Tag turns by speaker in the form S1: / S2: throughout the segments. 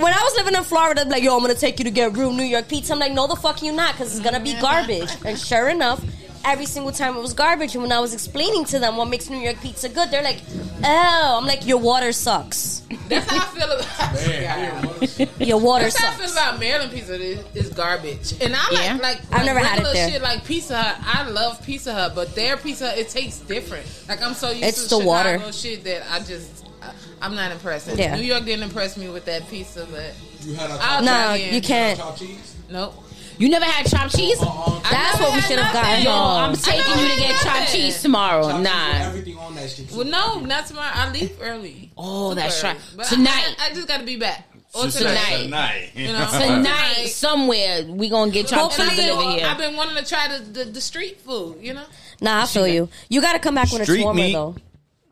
S1: living in Florida, like, yo, I'm gonna take you to get real New York pizza. I'm like, no, the fuck you not, because it's gonna be garbage. And sure enough, every single time it was garbage. And when I was explaining to them what makes New York pizza good, they're like, oh, I'm like, your water sucks.
S2: That's how I feel about.
S3: Man, I hear one.
S1: Your water
S2: That's how I feel
S1: sucks.
S2: about Maryland pizza is, is garbage, and I like
S4: Yeah.
S2: like,
S1: I've
S2: like
S1: never had it
S2: regular
S1: there.
S2: Shit like Pizza Hut, I love Pizza Hut, but their Pizza Hut, it tastes different. Like I'm so used
S1: It's
S2: to
S1: the
S2: Chicago
S1: water.
S2: shit that I just I, I'm not impressed.
S1: Yeah.
S2: New York didn't impress me with that pizza, but
S3: You had a
S2: I'll
S3: chopped-
S1: No,
S2: try again.
S1: you can't.
S3: chopped cheese?
S2: Nope.
S4: You never had chopped cheese?
S3: Uh-uh.
S2: I
S1: That's
S2: never
S1: what we
S2: had
S1: should have gotten.
S2: nothing.
S4: Yo,
S1: No.
S4: I'm taking you to get
S2: I know,
S4: chopped
S2: yeah.
S4: cheese tomorrow.
S3: Chopped cheese with
S4: Nah.
S3: Everything on that shit.
S2: Well, no, not tomorrow. I leave early.
S4: Oh, that's
S2: Early.
S4: right.
S2: But I-
S4: Tonight.
S2: I, I just got to be back. Or
S5: She said
S2: tonight.
S5: Tonight.
S2: You know?
S4: Tonight, somewhere, we gonna get
S2: And
S4: chopped
S2: I
S4: cheese
S2: been-
S4: delivered here.
S2: I've been wanting to try the, the, the street food, you know?
S1: Nah, I feel you. You gotta come back when it's
S5: Street
S1: warmer
S5: meat.
S1: though,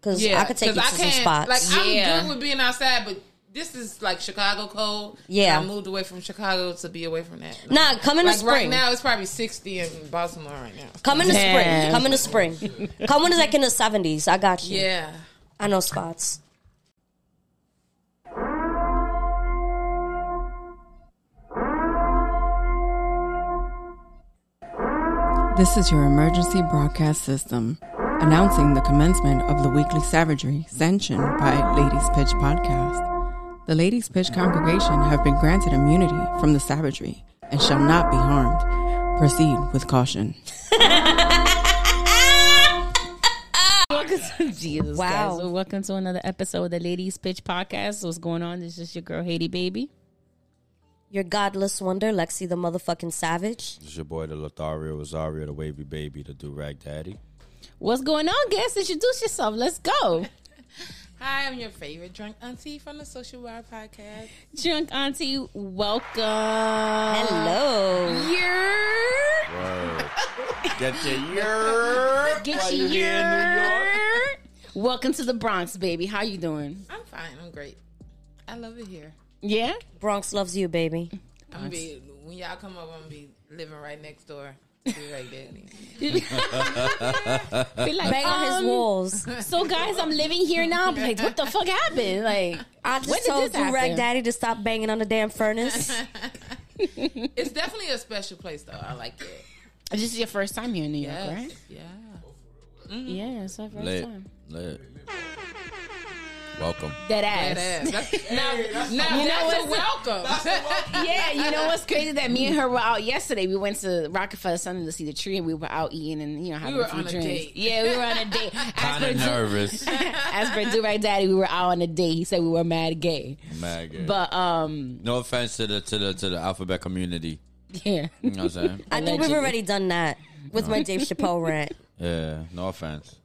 S1: because I could take you
S2: 'cause
S1: to
S2: I
S1: some spots.
S2: can't- Like, I'm
S4: Yeah.
S2: good with being outside, but this is like Chicago cold.
S1: Yeah.
S2: And I moved away from Chicago to be away from that.
S1: nah, come in
S2: like
S1: the
S2: right
S1: spring.
S2: now, it's probably 60 in Baltimore right now.
S1: Come in the
S4: Damn.
S1: spring. Come in the spring. Come when it's like in the 70s. I got you.
S2: Yeah.
S1: I know spots.
S6: This is your emergency broadcast system announcing the commencement of the weekly savagery sanctioned by Ladies Pitch Podcast. The Ladies Pitch congregation have been granted immunity from the savagery and shall not be harmed. Proceed with caution.
S4: Welcome to Jesus,
S1: Wow.
S4: guys. So welcome to another episode of the Ladies Pitch Podcast. What's going on? This is your girl Haiti Baby.
S1: Your godless wonder, Lexi the motherfucking savage.
S5: It's your boy, the Lothario Rosario, the Wavy Baby, the Do Rag Daddy.
S4: What's going on, guests? Introduce yourself. Let's go.
S2: Hi, I'm your favorite drunk auntie from the Social Wire Podcast.
S4: Drunk Auntie, welcome.
S1: Hello.
S4: Yer.
S5: Get your year.
S4: Get you yer. Welcome to the Bronx, baby. How you doing?
S2: I'm fine. I'm great. I love it here.
S4: Yeah.
S1: Bronx loves you, baby.
S2: I'm gonna be when y'all come up. I'm gonna be living right next door. Be right there.
S4: Be like,
S1: Bang on his
S4: um,
S1: walls.
S4: So, guys, I'm living here now. I'm like, what the fuck happened? Like,
S1: I
S4: when
S1: just
S4: did
S1: told
S4: this
S1: you, Rag
S4: happen?
S1: Daddy, to stop banging on the damn furnace.
S2: It's definitely a special place, though. I like it.
S4: this is your first time here in New York,
S2: Yes.
S4: right?
S2: Yeah.
S4: Yeah, it's our first
S5: Lit.
S4: time.
S5: Lit. Welcome.
S4: That
S2: That
S4: ass.
S2: ass. That's, now, now
S4: You know
S2: that's a
S4: what's-
S2: welcome.
S4: yeah, you know what's crazy? That me and her were out yesterday. We went to Rockefeller Center to see the tree, and we were out eating and you know having
S2: were
S4: a few
S2: on a
S4: drinks.
S2: date.
S4: Yeah, we were on a date. As
S5: Kind
S4: per
S5: of
S4: Du-
S5: nervous.
S4: as per do right daddy, we were out on a date. He said we were mad gay,
S5: Mad gay.
S4: but um,
S5: no offense to the to the to the alphabet community.
S4: yeah,
S5: You know what I'm saying?
S1: I think we've
S4: Allegedly.
S1: already done that with my Dave Chappelle rant.
S5: yeah. No offense.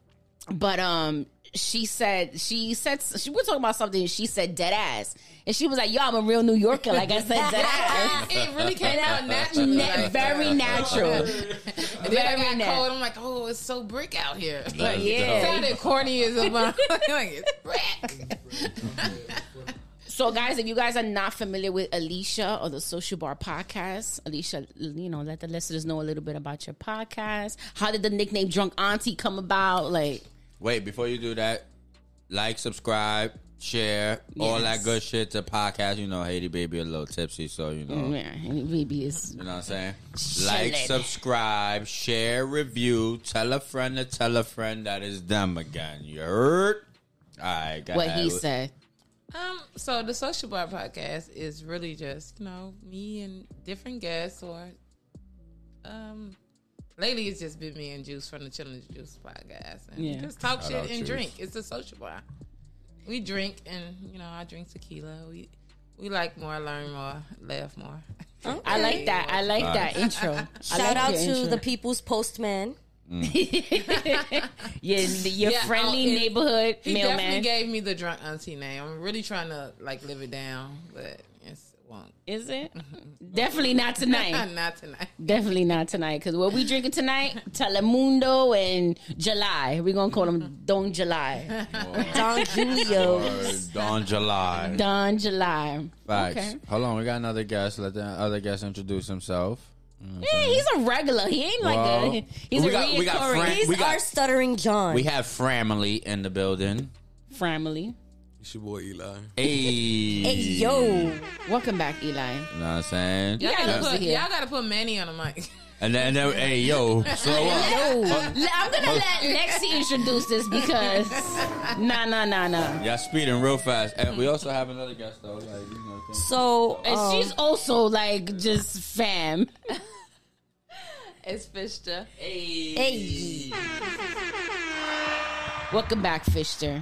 S4: but um. She said, she said, she, we're talking about something. and She said, dead ass. And she was like, yo, I'm a real New Yorker. Like I said, dead ass.
S2: it really came out naturally.
S4: Na-
S2: like,
S4: very natural.
S2: and then I
S4: very
S2: got
S4: nat-
S2: cold. I'm like, oh, it's so brick out here.
S5: Let's
S2: Like,
S4: yeah.
S2: it
S5: go.
S2: sounded corny as a bun. like, it's brick.
S4: So, guys, if you guys are not familiar with Alicia or the Social Bar Podcast, Alicia, you know, let the listeners know a little bit about your podcast. How did the nickname Drunk Auntie come about? Like,
S5: Wait, before you do that, like, subscribe, share, all
S4: Yes.
S5: that good shit to podcast. You know, Haiti baby a little tipsy, so you know.
S4: yeah, maybe it's
S5: You know what I'm saying?
S4: Chillin'.
S5: Like, subscribe, share, review, tell a friend to tell a friend that is them again. You heard? All right, got
S4: what he said.
S2: Um, so the Social Bar podcast is really just, you know, me and different guests or um lately it's just been me and Juice from the Chilling Juice podcast. And we
S4: Yeah.
S2: just talk
S5: Shout
S2: shit
S5: out
S2: and
S5: Juice.
S2: drink. It's a social bar. We drink and you know, I drink tequila. We we like more, learn more, laugh more.
S4: I like that. I like that intro. I
S1: Shout
S4: like
S1: out
S4: your
S1: to
S4: intro.
S1: the people's postman.
S4: yeah, the- your
S2: Yeah,
S4: friendly
S2: oh, it-
S4: neighborhood
S2: He definitely
S4: mailman.
S2: gave me the drunk auntie name. I'm really trying to like live it down, but it's it won't.
S4: Is it? definitely not tonight.
S2: Not tonight.
S4: definitely not tonight. Because what we drinking tonight? Telemundo and July. We're gonna call them Don July.
S1: Don Julio.
S5: Don July.
S4: Don July.
S5: Facts.
S4: Okay.
S5: Hold on, we got another guest. Let the other guest introduce himself.
S4: Yeah, he's a regular. He ain't like
S5: Well,
S4: a. He's
S5: we
S4: a
S5: got- we got
S4: reoccurring
S5: Frank-
S1: He's
S5: We got-
S1: our stuttering John.
S5: We have Family in the building.
S4: family.
S7: It's your boy Eli.
S5: Hey.
S1: Hey, yo.
S4: Welcome back, Eli.
S5: You know what I'm saying?
S2: Y'all
S4: gotta
S2: gotta,
S4: use
S2: put,
S4: it here.
S2: y'all gotta put Manny on the mic.
S5: And then, and then hey, yo, slow up.
S4: Yo, I'm gonna let Lexi introduce this because nah, nah, nah, nah.
S5: Y'all speeding real fast. And we also have another guest, though. Like, you know what I'm saying?
S1: So
S4: And
S1: um,
S4: she's also like just fam.
S8: It's Fishta.
S1: hey.
S4: Welcome back, Fisher.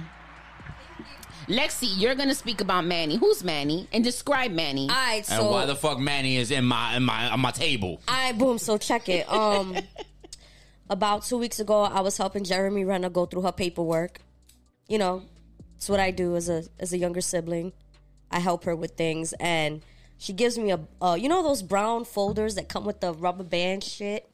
S4: Lexi, you're gonna speak about Manny. Who's Manny? And describe Manny.
S1: All right,
S5: And
S1: so
S5: why the fuck Manny is in my in my on my table?
S1: I boom. So check it. Um, about two weeks ago, I was helping Jeremy Renner go through her paperwork. You know, it's what I do as a as a younger sibling. I help her with things, and she gives me a uh, you know those brown folders that come with the rubber band shit,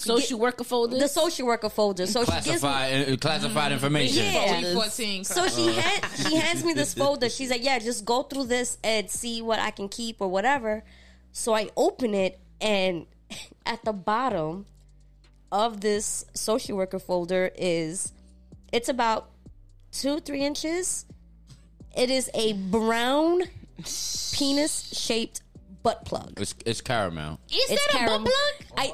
S4: Social worker folder.
S1: the social worker folder. So she gives me
S5: Classified uh, classified information.
S1: Mm-hmm. Yeah.
S2: Week 14.
S1: So she hand, she hands me this folder. She's like, "Yeah, just go through this and see what I can keep or whatever." So I open it, and at the bottom of this social worker folder is it's about two three inches. It is a brown penis shaped butt plug.
S5: It's it's caramel.
S4: Is
S1: It's
S4: that a
S1: caram-
S4: butt plug?
S1: I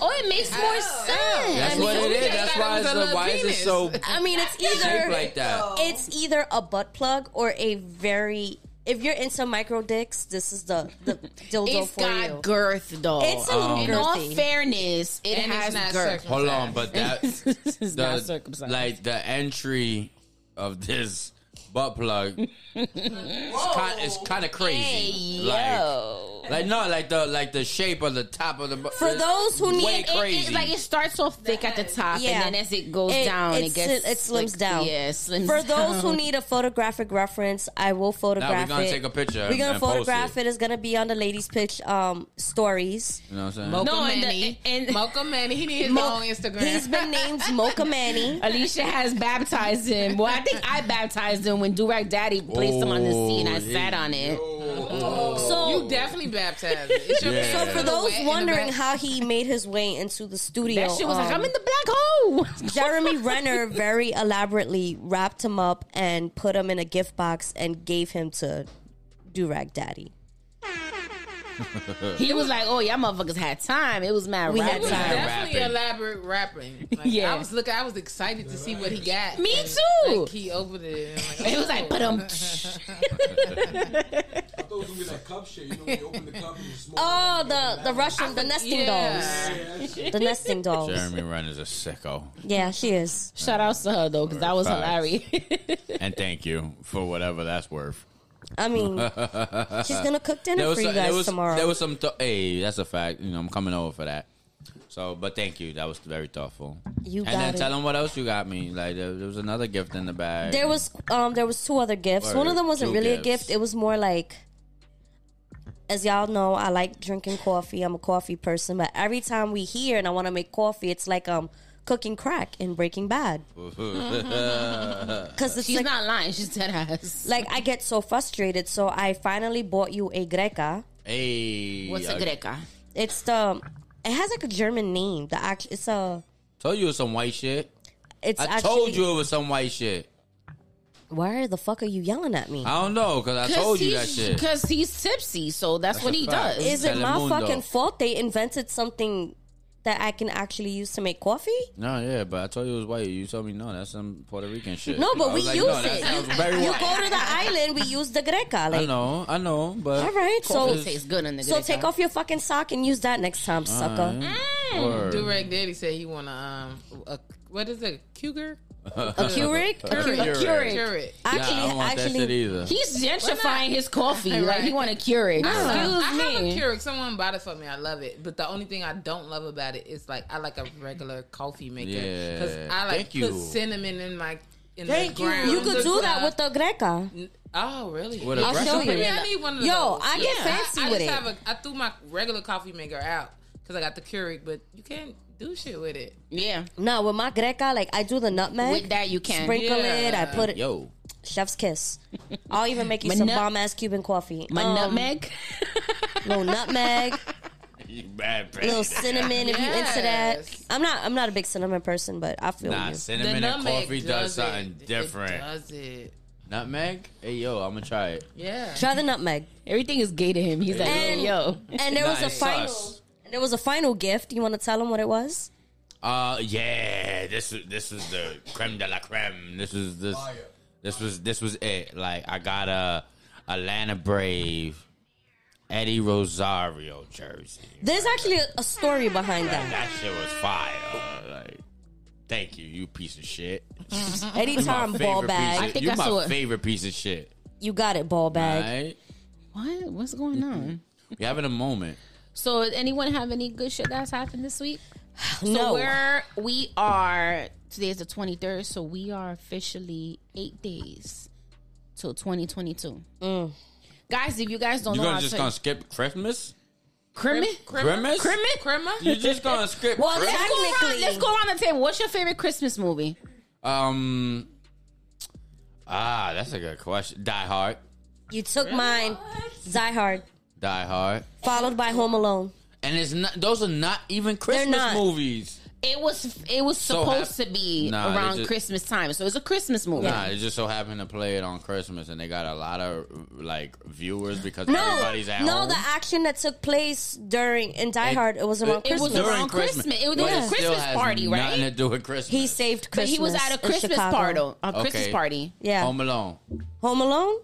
S4: Oh, it makes more sense.
S5: That's what it
S2: we
S5: is.
S2: just
S5: That's
S2: thought
S5: why
S2: it was
S5: it's
S2: a
S5: the,
S2: little
S5: why is it
S2: penis.
S5: so
S1: I mean it's
S5: shaped
S1: either
S5: like that?
S1: it's either a butt plug or a very if you're into micro dicks, this is the the dildo
S4: It's
S1: for
S4: got Oh.
S1: you.
S4: girth though.
S1: It's a little
S4: In all
S1: girthy.
S4: fairness, it
S2: And it's
S4: has
S2: not
S4: girth.
S2: circumcised.
S5: Hold on, but that
S4: It's not
S5: the-
S4: circumcised.
S5: like the entry of this butt plug it's kind of crazy. like, like no, like the like the shape of the top of the butt.
S1: For
S5: it's
S1: those who need
S5: way
S1: it-
S4: It-
S5: crazy.
S4: It, like it starts off thick at the top,
S1: Yeah.
S4: and then as it goes
S1: It-
S4: down,
S1: it
S4: it, gets
S1: sli- it slims down.
S4: Yeah, it slims
S1: For those who
S4: down.
S1: need a photographic reference, I will
S5: now we're
S1: photograph
S5: gonna
S1: it.
S5: take a picture.
S1: We're gonna
S5: and post
S1: photograph it.
S5: it.
S1: It's gonna be on the ladies' pitch um, stories.
S5: You know what I'm saying?
S2: Mocha
S4: No, and the-
S2: Manny.
S4: and-
S2: Mocha Manny. He needs his own Instagram.
S1: He's been named Mocha Manny.
S4: Alicia has baptized him. Well, I think I baptized him when Durag Daddy placed him on the scene. I
S5: Oh,
S4: sat on it.
S1: So,
S2: you definitely baptized. it. It's your
S5: Yeah.
S1: so
S2: baby.
S1: for
S5: Yeah.
S1: those
S2: Wet in the
S1: wondering
S2: back.
S1: how he made his way into the studio,
S4: That shit was like,
S1: um,
S4: I'm in the black hole.
S1: Jeremy Renner very elaborately wrapped him up and put him in a gift box and gave him to Durag Daddy.
S4: He was like, oh, y'all motherfuckers had time. It was mad
S1: We
S4: rapping.
S1: had time.
S2: definitely
S5: Rapping.
S2: elaborate rapping. Like, I
S4: Yeah.
S2: was looking. I was excited to see what he got.
S4: Me
S2: And,
S4: too.
S2: Like, he opened it. And I'm like, oh.
S4: It was like, but um,
S7: I thought it was gonna be that cup shit. You know, when you open the cup and you smoke.
S1: Oh, the the Russian, the nesting
S2: yeah.
S1: dolls, the nesting dolls.
S5: Jeremy Renn is a sicko,
S1: Yeah, she is.
S4: shout outs to her though, because that was
S5: Facts.
S4: hilarious.
S5: and thank you for whatever that's worth.
S1: I mean, she's gonna cook dinner for you
S5: some- there
S1: guys
S5: was,
S1: tomorrow.
S5: There was some. Th- hey, that's a fact. You know, I'm coming over for that. So, but thank you. That was very thoughtful.
S1: You
S5: and
S1: got
S5: then
S1: it.
S5: tell them what else you got me. Like there, there was another gift in the bag.
S1: There was um there was two other gifts.
S5: Word.
S1: One of them wasn't
S5: Two
S1: really a
S5: gifts.
S1: gift. It was more like as y'all know, I like drinking coffee. I'm a coffee person, but every time we hear and I want to make coffee, it's like um cooking crack and Breaking Bad. Cuz it's
S4: She's
S1: like,
S4: not lying. She's dead ass.
S1: like I get so frustrated, so I finally bought you a Greca.
S5: hey,
S4: What's
S5: I
S4: a greca?
S1: It's the it has like a German name. The act it's a
S5: Told you it was some white shit.
S1: it's
S5: I
S1: actually
S5: told you it was some white shit.
S1: Why the fuck are you yelling at me?
S5: I don't know because I told you that shit.
S4: Because he's tipsy, so that's,
S5: That's
S4: what
S5: a
S4: he
S5: fact.
S4: does.
S1: Is it my
S5: Telemundo.
S1: fucking fault they invented something that I can actually use to make coffee?
S5: No, yeah, but I told you it was white. You told me no, that's some Puerto Rican shit.
S1: No, but we
S5: I was like,
S1: use
S5: no, that
S1: it.
S5: sounds very
S1: You
S5: white.
S1: go to the island, we use the greca.
S5: I
S1: Like,
S5: know, I know, but
S1: all right,
S4: Coffee
S1: so
S4: tastes good in the
S1: so
S4: greca.
S1: take off your fucking sock and use that next time,
S5: Uh-huh.
S1: sucker.
S5: Word.
S2: Durag Daddy said he want to um a, what is it? Cougar?
S1: A Keurig,
S5: A Keurig.
S2: Keurig.
S5: Nah, I don't
S1: actually,
S5: want that shit
S1: actually,
S5: either.
S4: He's gentrifying his coffee. Like he
S2: Right.
S4: want to cure it. Uh-huh.
S2: I have a
S4: Excuse me.
S2: Keurig. Someone bought it for me. I love it. But the only thing I don't love about it is like I like a regular coffee maker because
S5: Yeah.
S2: I like
S5: Thank
S2: put
S5: you.
S2: cinnamon in my in
S5: Thank
S2: the
S5: you.
S2: ground.
S1: you could do that with the greca.
S2: the. Oh really?
S5: With a I'll
S1: show you.
S2: Maybe I need one of
S1: Yo,
S2: those.
S1: I get fancy
S2: I, I
S1: with
S2: just
S1: it.
S2: Have a, I threw my regular coffee maker out because I got the Keurig, but you can't do shit with it.
S4: Yeah.
S1: No, with my greca, like I do the nutmeg.
S4: With that you can.
S1: Sprinkle
S2: Yeah.
S1: it. I put it.
S5: Yo,
S1: Chef's kiss. I'll even make you
S4: My
S1: some
S4: nut-
S1: bomb ass Cuban coffee.
S4: My
S1: Um,
S4: nutmeg.
S1: little nutmeg.
S5: you bad
S1: little cinnamon if you into that.
S2: Yes.
S1: I'm not. I'm not a big cinnamon person, but I feel
S5: Nah,
S1: you.
S5: cinnamon and
S2: nutmeg
S5: coffee does
S2: it.
S5: something
S2: It
S5: different.
S2: does it.
S5: Nutmeg? Hey, yo, I'm gonna try it.
S2: Yeah.
S1: Try the nutmeg.
S4: Everything is gay to him. He's like,
S1: And-
S4: yo,
S1: And there was a
S5: Nice.
S1: final.
S5: Sus.
S1: And there was a final gift. You want to tell them what it was?
S5: Uh, yeah, this is this is the creme de la creme. This is this this was this was it. Like I got a Atlanta Brave Eddie Rosario jersey.
S1: There's actually a, a story behind that.
S5: That shit was fire. Like, thank you, you piece of shit.
S1: Anytime, ball
S5: Piece
S1: bag.
S5: of,
S4: think
S5: you
S4: I
S5: my
S4: saw it.
S5: favorite piece of shit.
S1: You got it, ball
S5: All
S1: bag.
S5: right,
S4: what? What's going on?
S5: we having a moment.
S4: So, anyone have any good shit that's happened this week? So
S1: No.
S4: we're we are today is the twenty third, so we are officially eight days till twenty twenty two. Guys, if you guys don't
S5: You
S4: know
S5: gonna
S4: how
S5: just
S4: to
S5: gonna skip Christmas?
S4: Christmas,
S5: Christmas? You just gonna skip?
S1: Well,
S5: Christmas?
S4: Let's go, around,
S1: technically,
S4: let's go around the table. What's your favorite Christmas movie?
S5: Um. Ah, that's a good question. Die Hard.
S1: you took mine. Die Hard,
S5: Die Hard.
S1: followed by Home Alone.
S5: And it's not; those are not even Christmas
S1: not.
S5: movies.
S4: It was it was
S5: So
S4: supposed
S5: hap-
S4: to be
S5: Nah, they
S4: around
S5: just-
S4: Christmas time, so it's a Christmas movie.
S5: Nah, it just so happened to play it on Christmas, and they got a lot of like viewers because
S1: No,
S5: everybody's at
S1: no,
S5: home.
S1: the action that took place during in Die Hard, it was around
S5: It
S1: Christmas.
S4: was around Christmas. It was- it was
S5: But
S4: a
S5: still
S4: Christmas
S5: has
S4: party, right?
S5: Nothing to do with Christmas.
S1: he saved
S4: but
S1: Christmas.
S4: he was at a
S1: in
S4: Christmas
S1: Chicago.
S4: party, a
S5: Okay.
S4: Christmas party.
S1: Yeah,
S5: Home
S1: Home,
S5: Alone
S1: Alone.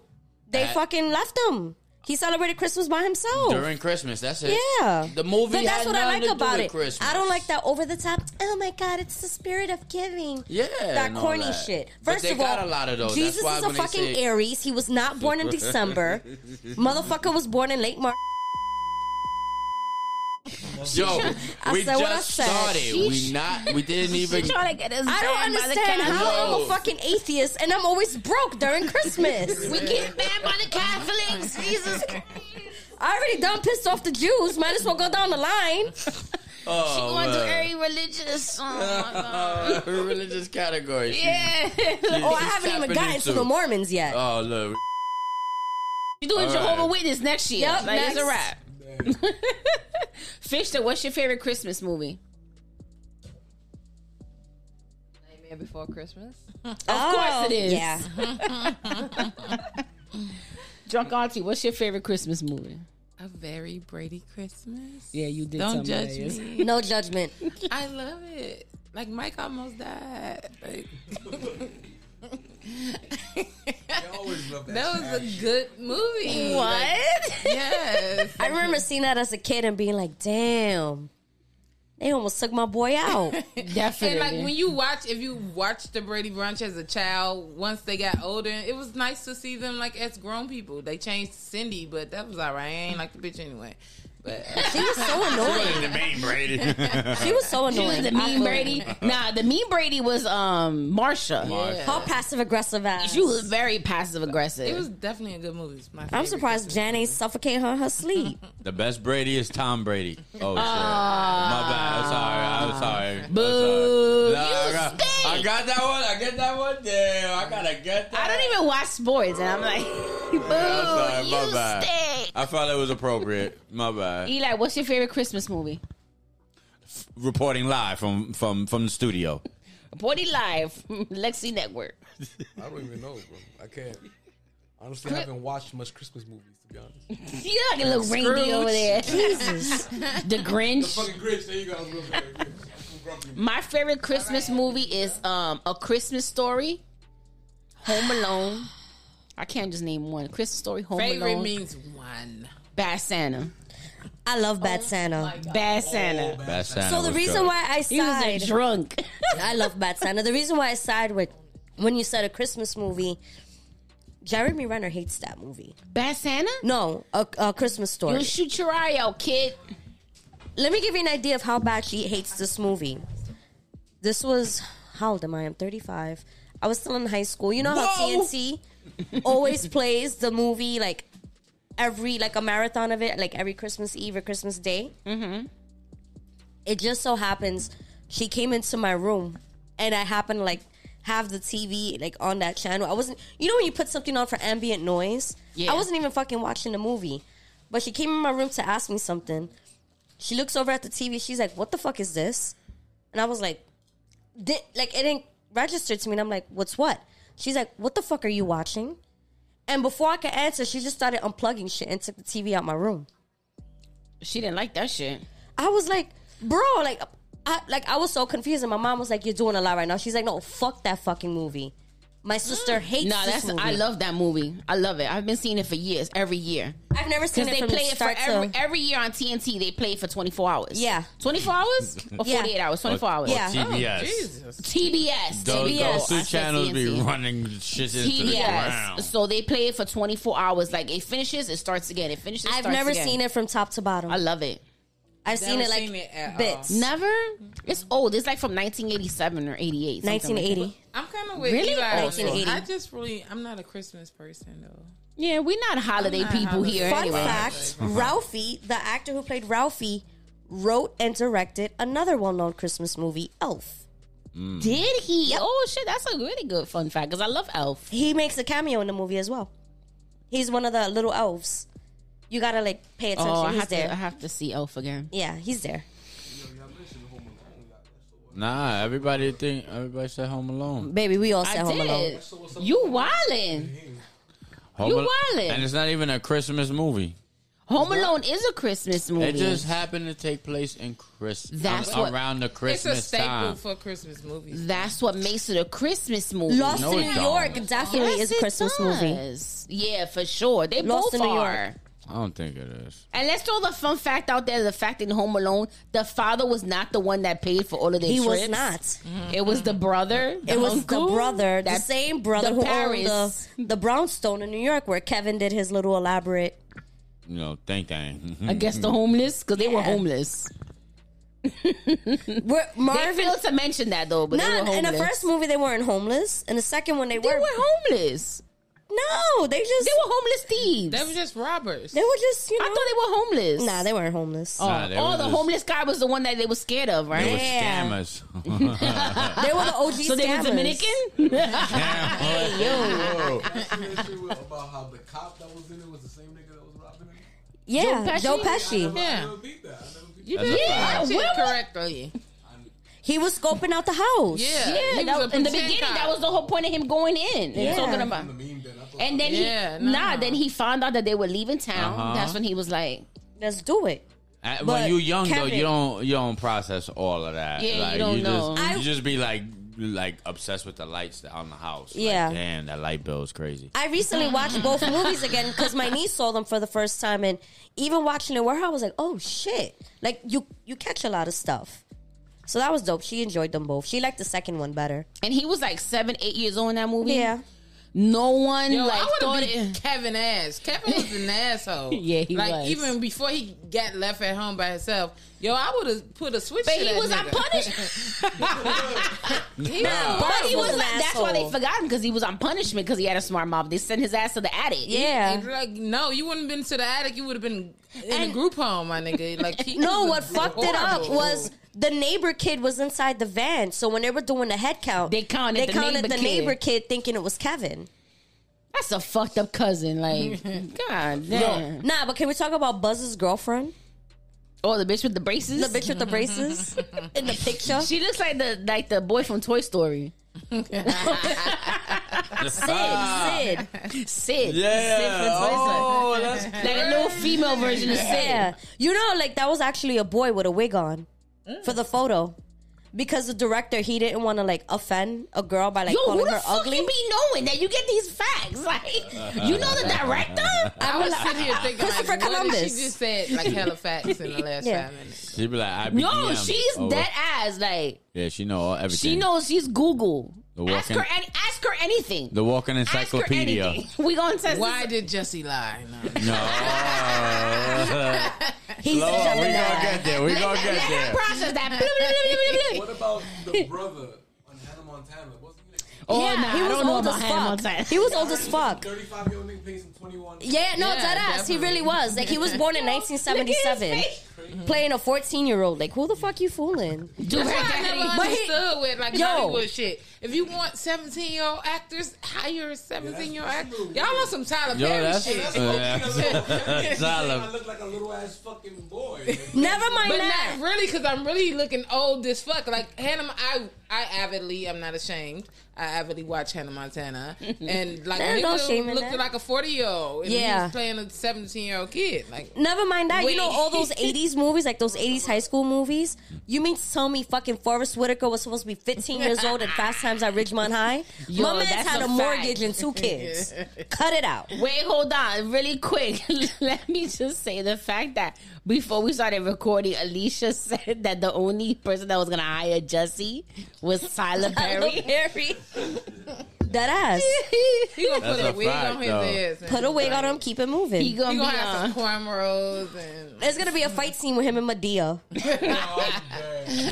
S1: They
S5: That-
S1: fucking left him. He celebrated Christmas by himself.
S5: during Christmas. That's it.
S1: yeah,
S5: the movie.
S1: But that's
S5: had
S1: what I
S5: nothing
S1: like
S5: to do
S1: about
S5: with
S1: it.
S5: Christmas.
S1: I don't like that over the top. Oh my God, it's the spirit of giving.
S5: Yeah,
S1: that
S5: and all
S1: corny
S5: that.
S1: shit.
S5: But
S1: First
S5: they
S1: of all,
S5: got a lot of those. That's
S1: Jesus
S5: why
S1: is a
S5: when they
S1: fucking
S5: say-
S1: Aries. He was not born in December. Motherfucker was born in late March.
S5: Yo, we
S1: said what I
S5: just
S1: said.
S5: started. We not. We didn't even.
S4: Trying to get us
S1: I don't
S4: banned by the
S1: understand how
S4: Catholics.
S1: I'm a fucking atheist and I'm always broke during Christmas.
S4: we get banned by the Catholics. Jesus,
S5: Oh,
S1: I already done pissed off the Jews. Might as well go down the line.
S5: Oh,
S4: you want to do
S5: man.
S4: every religious? Oh my god.
S5: religious category. She-
S4: Yeah.
S1: Oh, I haven't even
S5: tapping
S1: gotten
S5: into-
S1: to the Mormons yet.
S5: Oh look,
S4: You're doing
S5: All right.
S4: Jehovah Witness next year.
S1: Yup,
S4: like it's a
S1: next.
S4: wrap. Fisher, what's your favorite Christmas movie?
S8: Nightmare Before Christmas.
S1: of
S4: course it is.
S1: Oh, Yeah.
S4: Drunk Auntie, what's your favorite Christmas movie?
S2: A very Brady Christmas.
S4: Yeah, you did.
S2: Don't
S4: something
S2: judge
S4: hilarious.
S2: me.
S1: No judgment.
S2: I love it. Like Mike almost died. Like,
S7: always love that.
S2: that was a good movie. Like,
S1: What?
S2: yes.
S1: I remember seeing that as a kid and being like, damn. They almost took my boy out.
S4: Definitely.
S2: And like when you watch, if you watch the Brady Bunch as a child, once they got older, it was nice to see them like as grown people. They changed Cindy, but that was alright. I ain't like the bitch anyway. But
S1: She was so annoying.
S5: the main Brady.
S1: She was so
S4: she
S1: annoying.
S4: was the
S1: I
S4: mean
S1: feel-
S4: Brady. Nah, the mean Brady was um Marsha.
S1: Her passive aggressive ass.
S4: She was very passive
S2: it was
S4: aggressive.
S2: definitely a good movie. It's my
S1: I'm
S2: favorite.
S1: surprised Jan ain't suffocating her in her sleep.
S5: the best Brady is Tom Brady. Oh shit! My
S1: Ah.
S4: Uh,
S5: bad. I'm sorry. I'm sorry. I'm
S4: Boo.
S5: sorry. No, I,
S4: You
S5: got,
S4: stink.
S5: I got that one. I get that one. Damn! I gotta get that.
S4: I don't even watch sports, and I'm like, boo,
S5: I'm sorry, my
S4: you
S5: bad.
S4: stink.
S5: I felt it was appropriate. My bad.
S4: Eli, what's your favorite Christmas movie?
S5: Reporting live from from from the studio.
S4: Body Live, Lexi Network.
S7: I don't even know, bro. I can't. Honestly, I haven't watched much Christmas movies to be honest.
S4: You like a little reindeer over there.
S1: Jesus.
S4: The Grinch.
S7: Fucking Grinch, there you go. I was gonna say that. I'm grumpy.
S4: My favorite Christmas movie is um A Christmas Story, Home Alone. I can't just name one. Christmas Story, Home
S2: favorite
S4: Alone,
S2: means one.
S4: Bad Santa,
S1: I love
S4: Oh
S1: Bad Santa.
S4: Bad Santa.
S5: Best Santa
S1: So the
S5: was
S1: reason
S5: good.
S1: why I
S4: He was a
S1: Oh, side,
S4: drunk.
S1: I love Bad Santa. The reason why I side with when you said a Christmas movie, Jeremy Renner hates that movie.
S4: Bad Santa.
S1: No, a, a Christmas
S4: You
S1: story.
S4: shoot your eye out, kid.
S1: Let me give you an idea of how bad she hates this movie. This was how old am I? I'm 35. I was still in high school. You know how
S5: Whoa!
S1: TNT always plays the movie like every like a marathon of it, like every Christmas Eve or Christmas Day. Mm-hmm. It just so happens she came into my room, and I happened to like have the TV like on that channel. I wasn't, you know, when you put something on for ambient noise.
S4: Yeah.
S1: I wasn't even fucking watching the movie, but she came in my room to ask me something. She looks over at the TV. She's like, "What the fuck is this?" And I was like, did, like it didn't register to me. And I'm like, what's what? She's like, "What the fuck are you watching?" And before I could answer, she just started unplugging shit and took the TV out my room.
S4: She didn't like that shit.
S1: I was like, "Bro, like." I, like I was so confused, and my mom was like, "You're doing a lot right now." She's like, "No, fuck that fucking movie." My sister hates.
S4: Nah,
S1: this
S4: that's
S1: movie.
S4: I love that movie. I love it. I've been seeing it for years, every year.
S1: I've never seen
S4: Because
S1: it
S4: they
S1: from
S4: play
S1: the
S4: it for
S1: start
S4: every,
S1: to-
S4: every year on TNT. They play it for 24 hours.
S1: Yeah.
S4: 24 hours? Or 48
S1: Yeah.
S4: hours? 24 hours.
S1: Yeah.
S5: Or TBS.
S2: Jesus.
S4: TBS.
S5: Those,
S4: TBS.
S5: those
S4: I
S5: two
S4: said
S5: channels be
S4: TNT.
S5: running shit into the
S4: TBS.
S5: ground.
S4: So they play it for 24 hours. Like it finishes, it starts again. It finishes,
S1: I've
S4: starts
S1: never
S4: again.
S1: seen it from top to bottom.
S4: I love it.
S1: I've seen it
S2: Never
S1: like
S2: seen it at all.
S1: bits.
S4: Never? It's old. It's like from 1987 or 88. something like that.
S1: 1980.
S2: I'm kind of with
S4: Really?
S2: Eli.
S4: Oh, so-
S2: I just really, I'm not a Christmas person though.
S4: Yeah, we're not holiday
S2: not
S4: people
S2: holiday.
S4: here
S2: Fun
S1: Fun
S4: anyway. Uh-huh.
S1: fact: Ralphie, the actor who played Ralphie, wrote and directed another well-known Christmas movie, Elf.
S4: Did he? Oh shit, that's a really good fun fact because I love Elf.
S1: He makes a cameo in the movie as well. He's one of the little elves. You gotta like pay attention.
S4: Oh, I
S1: he's
S4: have
S1: there.
S4: to, I have to see Elf again.
S1: yeah, he's there.
S5: Nah, everybody think everybody said Home Alone.
S1: Baby, we all
S4: I
S1: said Home Alone.
S4: did. You wildin'.
S5: Home
S4: You
S5: Al-
S4: wildin'.
S5: and it's not even a Christmas movie.
S4: Home Alone is a Christmas movie.
S5: It just happened to take place in Christmas Um,
S4: That's what-
S5: around the
S2: It's a
S5: Christmas
S2: staple
S5: time.
S2: for Christmas movies.
S4: That's what makes it a Christmas movie.
S1: Lost
S5: No,
S1: in
S5: it
S1: New
S5: don't.
S1: York definitely
S4: Yes,
S1: is a
S4: it
S1: Christmas movie.
S4: does. Yeah, for sure. They
S1: Lost
S4: both
S1: in New York.
S4: are.
S5: I don't think it is.
S4: And let's throw the fun fact out there: the fact in Home Alone, the father was not the one that paid for all of their
S1: He
S4: trips.
S1: was
S4: Mm-hmm.
S1: not.
S4: It was the brother. the
S1: It was
S4: uncle,
S1: the brother, the
S4: that-
S1: same brother
S4: the
S1: who
S4: Paris.
S1: owned the, the brownstone in New York where Kevin did his little elaborate.
S5: You know, think thing. Mm-hmm.
S4: I guess the homeless because they were
S1: Yeah.
S4: homeless.
S1: Where
S4: They
S1: Marvin
S4: failed to mention that though, but they were
S1: Nah, in
S4: homeless.
S1: the first movie they weren't homeless. In the second one they,
S4: they
S1: were.
S4: were homeless.
S1: No, they just
S4: They were homeless thieves.
S2: They were just robbers.
S1: they were just you know.
S4: I thought they were homeless.
S1: nah, they weren't homeless.
S4: Oh,
S5: Nah, they
S4: oh,
S5: were
S4: the
S5: just-
S4: homeless guy was the one that they were scared of, right?
S5: They were
S1: Yeah.
S5: scammers.
S1: They were the OG.
S4: uh, So they were
S1: scammers.
S4: Dominican.
S5: Scammers.
S7: I seen that shit with- about how the cop that was in it was the same nigga that was robbing him.
S1: Yeah,
S4: Joe
S1: Joe
S4: Pesci?
S1: Pesci.
S7: I
S2: yeah.
S7: never beat that. I never beat
S2: You
S5: That's
S2: did
S5: a
S2: yeah,
S5: fact.
S2: watch it correctly.
S1: He was scoping out the house.
S2: Yeah.
S4: yeah,
S2: he
S4: that
S2: was
S4: was-
S2: a
S4: in the
S2: pretend
S4: beginning,
S2: cop.
S4: that was the whole point of him going in and
S1: Yeah.
S4: talking about.
S7: the meme then. I thought
S4: And then
S2: Yeah,
S4: he,
S2: no.
S4: nah, then he found out that they were leaving town.
S5: Uh-huh.
S4: That's when he was like,
S1: Let's do it.
S5: Uh,
S1: But
S5: when you young though,
S1: Kevin-
S5: you don't you don't process all of that.
S4: Yeah, you
S5: like,
S4: don't know.
S5: Just,
S1: I-
S5: you just be like like obsessed with the lights that on the house. Like,
S1: Yeah.
S5: damn, that light bill is crazy.
S1: I recently watched both movies again because my niece saw them for the first time, and even watching it where I was like, "Oh shit!" Like you, you catch a lot of stuff. So that was dope. She enjoyed them both. She liked the second one better.
S4: and he was like seven, eight years old in that movie.
S1: Yeah,
S4: no one
S2: Yo,
S4: like
S2: I
S4: thought
S2: would have
S4: it.
S2: beat Kevin ass. Kevin was an asshole.
S4: Yeah, he
S2: like,
S4: was.
S2: even before he got left at home by himself, yo, I would have put a switch.
S4: But
S2: to
S4: he
S2: that
S4: was
S2: nigga.
S4: unpunished.
S2: He was-
S1: Bart
S4: but he was
S1: an
S4: like, that's why they
S1: asshole.
S4: forgot him because he was on punishment because he had a smart mouth. They sent his ass to the attic.
S1: Yeah.
S2: It's Like no, you wouldn't have been to the attic. You would have been in a group home, my nigga. Like he
S1: No,
S2: was
S1: what fucked it up
S2: horrible.
S1: was the neighbor kid was inside the van. So when they were doing the head count,
S4: They counted
S1: they
S4: the
S1: counted
S4: neighbor
S1: the
S4: kid.
S1: neighbor kid thinking it was Kevin.
S4: That's a fucked up cousin. Like, god damn.
S1: Nah, but can we talk about Buzz's girlfriend,
S4: Oh, the bitch with the braces.
S1: the bitch with the braces in the picture?
S4: She looks like the like the boy from Toy Story.
S1: Sid, Sid.
S4: Sid. Sid
S5: Yeah.
S4: from Toy Story.
S5: Oh, that's
S4: Like a little female version of Sid.
S1: Yeah, you know, like that was actually a boy with a wig on
S4: Mm.
S1: for the photo because the director he didn't want to like offend a girl by like
S4: Yo, who
S1: calling
S4: the
S1: her
S4: fuck
S1: ugly.
S4: you be knowing that you get these facts? Like, you know the director?
S2: I was sitting here thinking,
S1: Christopher
S2: like, what if
S1: Columbus.
S2: She just said like Halifax in the last
S1: Yeah.
S2: five minutes.
S5: she be like, I be
S4: No,
S5: DM.
S4: she's
S5: Oh,
S4: dead ass. Like,
S5: Yeah, she know all- everything.
S4: she knows she's Google.
S5: The
S4: Ask
S5: walking-
S4: her, any, ask her anything.
S5: the walking
S4: Ask her
S5: encyclopedia.
S4: anything. We gonna test
S2: Why
S4: Why?
S2: did Jesse lie? No.
S5: No.
S1: He's
S5: Lord,
S1: a
S5: we gonna
S1: Gemini.
S5: get there. We gonna
S4: Let
S5: get
S4: her
S5: there.
S4: process that. Blah, blah, blah, blah,
S7: that.
S4: blah,
S7: What about the brother on Hannah Montana? Wasn't he like
S4: blah.
S1: yeah,
S4: Oh, nah,
S1: he
S4: I
S1: was
S4: don't know
S1: old
S4: about
S1: as
S4: Hannah
S1: fuck.
S4: Montana.
S1: He was old as fuck.
S7: 35 year old nigga plays in 21?
S1: Yeah, no,
S2: Yeah,
S1: dead ass. He
S2: definitely.
S1: really was. Like he was born in
S4: Look at his
S1: 1977.
S4: face.
S1: playing a 14 year old. Like, who the fuck you fooling?
S4: Dude,
S2: That's why I never
S1: But he-
S2: understood with like
S1: Yo.
S2: Hollywood shit. If you want seventeen year old actors, hire seventeen year old actors. Y'all want some Tyler
S5: Yo,
S2: Perry
S5: that's
S2: shit?
S5: yeah.
S7: I
S5: Tyler.
S7: look like a little ass fucking boy.
S1: Never mind
S2: But
S1: that.
S2: not really, because I'm really looking old as fuck. Like Hannah, I I I avidly, I'm not ashamed. I avidly watch Hannah Montana, and like
S1: Nah, no shame
S2: nigga
S1: in
S2: looked
S1: that.
S2: like a 40 year old, and he
S1: Yeah.
S2: was playing a 17 year old kid. Like
S1: Never mind that. You know
S2: Wait.
S1: all those '80s movies, like those '80s high school movies. You mean to tell me fucking Forrest Whitaker was supposed to be 15 years old at Fast Times at Ridgemont High?
S4: Yo,
S1: My man's
S4: that's
S1: had
S4: a
S1: a, mortgage
S4: fact.
S1: and two kids. Cut it out.
S4: Wait, hold on, really quick. Let me just say the fact that before we started recording, Alicia said that the only person that was gonna hire Jesse was Tyler Perry.
S1: Perry. that ass.
S2: he gonna
S5: That's
S2: put a,
S5: a
S2: wig
S5: fact,
S2: on his
S5: though.
S2: ass, and
S1: Put a wig on him. Keep it moving.
S4: He gonna
S2: He
S4: be uh,
S2: gonna have
S4: on.
S2: some cornrows and
S1: There's gonna be a fight scene with him and Medea. Medea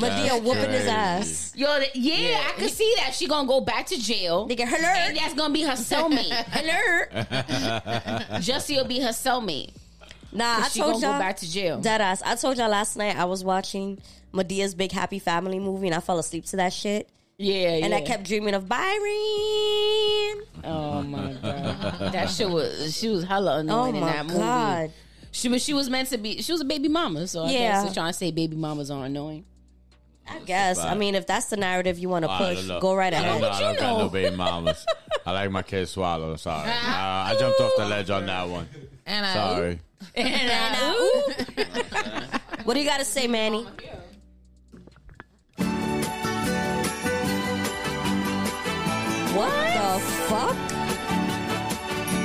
S5: That's
S1: whooping his
S5: crazy.
S1: ass.
S4: Yo, th- yeah, I could see that she gonna go back to jail.
S1: They get
S4: And
S1: alert,
S4: that's gonna be her cellmate.
S1: alert.
S4: Jesse will be her cellmate.
S1: Nah, I
S4: she
S1: told
S4: gonna go
S1: y'all.
S4: back to jail.
S1: Dead ass. I told y'all last night I was watching Medea's Big Happy Family movie and I fell asleep to that shit.
S4: yeah,
S1: And
S4: yeah.
S1: I kept dreaming of Byron.
S4: Oh my god, that shit was she was hella
S1: Oh
S4: annoying in
S1: my
S4: that movie.
S1: god.
S4: She was she was meant to be. She was a baby mama, so I
S1: Yeah.
S4: guess they're trying to say baby mamas are annoying.
S1: I guess. I
S5: fact.
S1: mean, if that's the narrative you want to
S5: I
S1: push,
S5: don't know.
S1: go right
S5: I don't, know.
S1: ahead.
S5: I don't got no baby mamas. I like my kids swallowed. I'm sorry. I, I jumped off the ledge on that one.
S2: and I
S5: Sorry.
S1: What do you got to say, Manny? What the fuck?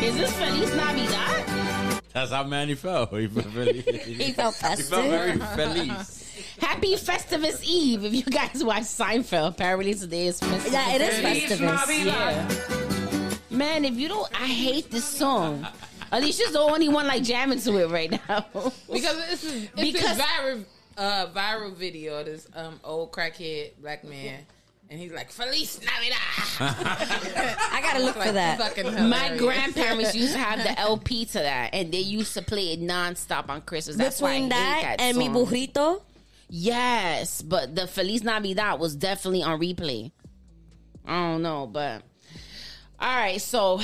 S4: Is this Feliz Navidad?
S5: That's how Manny felt. He felt, really, he
S1: He felt
S5: felt
S1: festive.
S5: very feliz.
S4: Happy Festivus Eve! If you guys watch Seinfeld, apparently today is Festivus.
S1: Yeah, it is
S4: Eve.
S1: Festivus.
S4: Yeah. Man, if you don't, I hate this song. Alicia's the only one like jamming to it right now.
S2: because it's a, it's
S4: Because-
S2: this viral uh, viral video. of This um old crackhead black man, and he's like Feliz Navidad.
S1: I got to look for that.
S4: My grandparents used to have the LP to that, and they used to play it nonstop on Christmas. That's why I
S1: Between
S4: hate
S1: that
S4: that,
S1: and Mi
S4: song.
S1: Burrito,
S4: Yes, but the Feliz Navidad was definitely on replay. I don't know, but all right. So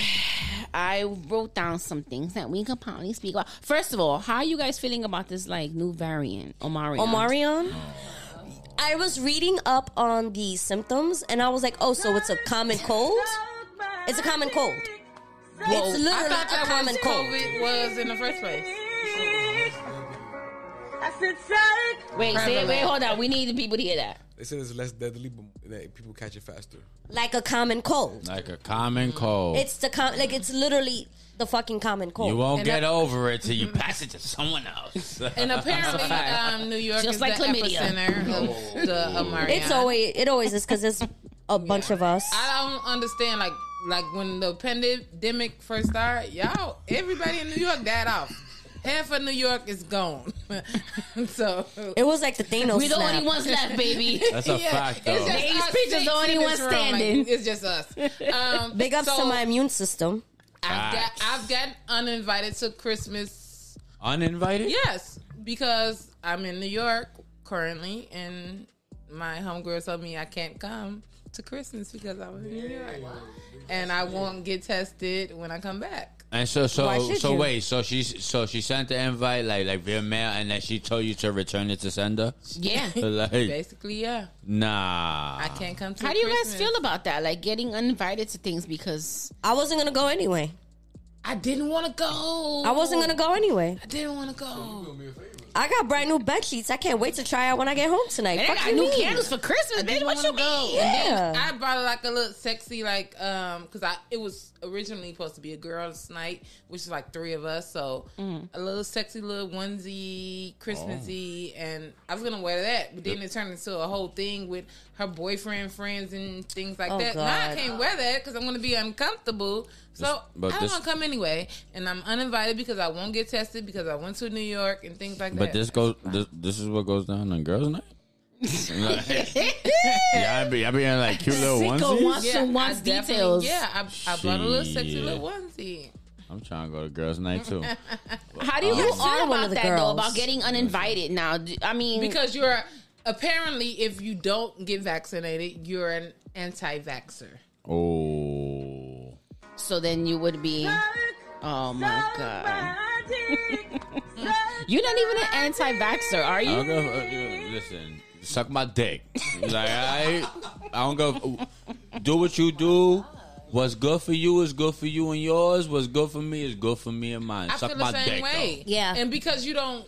S4: I wrote down some things that we could probably speak about. First of all, how are you guys feeling about this like new variant, Omarion?
S1: Omarion.
S2: Oh.
S1: I was reading up on the symptoms and I was like, oh, so it's a common cold? It's a common cold. It's
S2: I
S1: literally
S2: thought
S1: a
S2: that
S1: common
S2: was
S1: cold.
S2: COVID was in the first place.
S8: Oh,
S4: Wait, say, wait, hold on. We need the people to hear that.
S7: They said it's less deadly, but that people catch it faster.
S1: Like a common cold.
S5: Like a common cold.
S1: It's the com- like it's literally the fucking common cold.
S5: you won't
S2: And
S5: get
S2: that-
S5: over it till you pass it to someone else.
S2: And apparently, um, New York
S4: Just
S2: is
S4: like
S2: the
S4: chlamydia.
S2: epicenter of the Omarion.
S1: It's always it always is because it's a bunch of us.
S2: I don't understand like like when the pandemic first started, y'all everybody in New York died off. Half of New York is gone. so
S1: It was like the Thanos
S4: We're the
S1: snap.
S4: only ones left, baby.
S5: That's a fact, though.
S2: It's just
S4: These
S2: us
S4: preachers
S2: six
S4: the only
S2: in this
S4: ones
S2: room, like,
S4: standing.
S2: it's just us. Um,
S1: Big ups
S2: so
S1: to my immune system.
S2: I've got,
S5: Facts.
S2: I've got uninvited to Christmas.
S5: Uninvited?
S2: Yes, because I'm in New York currently, and my homegirl told me I can't come to Christmas because I was in New York, and I won't get tested when I come back.
S5: And so,
S1: Why
S5: so,
S1: should
S5: so
S1: you?
S5: wait. So she, so she sent the invite like, like via mail, and then she told you to return it to sender.
S4: yeah.
S5: Like,
S2: Basically, yeah,
S5: nah.
S2: I can't come to.
S4: How do you guys
S2: Christmas.
S4: feel about that? Like getting uninvited to things because
S1: I wasn't gonna go anyway.
S2: I didn't want to go.
S1: I wasn't gonna go anyway.
S2: I didn't want to go.
S1: I got brand new bed sheets. I can't wait to try out when I get home tonight.
S4: they
S1: Fuck
S4: got
S1: you
S4: new
S1: mean?
S4: candles for Christmas, bitch.
S2: didn't
S4: What you
S2: wanna
S4: mean?
S2: go. And
S1: Yeah.
S2: then I brought like a little sexy, like, um, cause I it was originally supposed to be a girls' night, which is like three of us. So
S5: Mm.
S2: a little sexy little onesie, Christmassy,
S5: Oh.
S2: and I was gonna wear that, but then it turned into a whole thing with her boyfriend, friends, and things like
S1: Oh,
S2: that. Now I
S1: God.
S2: can't wear that because I'm gonna be uncomfortable. So
S5: but
S2: I don't
S5: this-
S2: want to come anyway, and I'm uninvited because I won't get tested because I went to New York and things like that.
S5: But this goes. This, this is what goes down on girls' night. yeah, I be, I be in like cute little
S4: Sicko
S5: onesies.
S4: wants to wants
S2: I definitely-
S4: details.
S2: Yeah, I, I bought a little sexy
S5: Shit.
S2: little onesie.
S5: I'm trying to go to girls' night too.
S4: How do you guys
S1: are
S4: feel
S1: one
S4: about
S1: of the
S4: that though?
S1: girls.
S4: About getting uninvited now? Do- I mean,
S2: Because you're apparently, if you don't get vaccinated, you're an anti-vaxer.
S5: Oh,
S4: so then you would be. Oh my god! You're not even an anti-vaxxer, are you?
S5: I'll go, uh, uh, listen, suck my dick. Like I, I don't go. do what you do. What's good for you is good for you and yours. What's good for me is good for me and mine.
S2: I
S5: Suck
S2: feel
S5: my
S2: the same
S5: dick,
S2: way.
S5: though.
S1: Yeah.
S2: And because you don't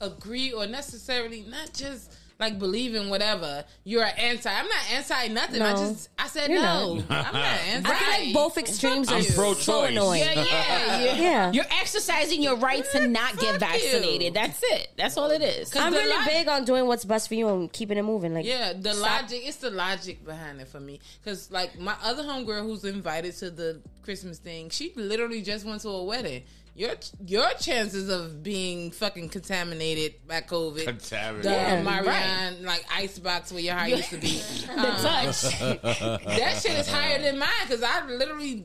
S2: agree or necessarily not just like believe in whatever, you're anti. I'm not anti nothing. I
S1: No.
S2: just I said
S1: You're
S2: no.
S1: not.
S2: I'm not anti.
S1: I feel like both extremes
S5: I'm
S1: are
S5: pro-choice.
S1: so annoying.
S2: Yeah, yeah, yeah.
S1: Yeah.
S4: You're exercising your right to not get
S2: Fuck
S4: vaccinated.
S2: you.
S4: That's it. That's all it is.
S1: I'm
S2: the
S1: really
S2: log-
S1: big on doing what's best for you and keeping it moving. Like,
S2: Yeah, the
S1: Stop.
S2: logic. It's the logic behind it for me. Cause like my other homegirl who's invited to the Christmas thing, she literally just went to a wedding. Your your chances of being fucking contaminated by COVID, the
S5: Contaminated.
S2: Marianne
S4: Right.
S2: like icebox where your heart used to be.
S4: the touch.
S2: that shit is higher than mine because I literally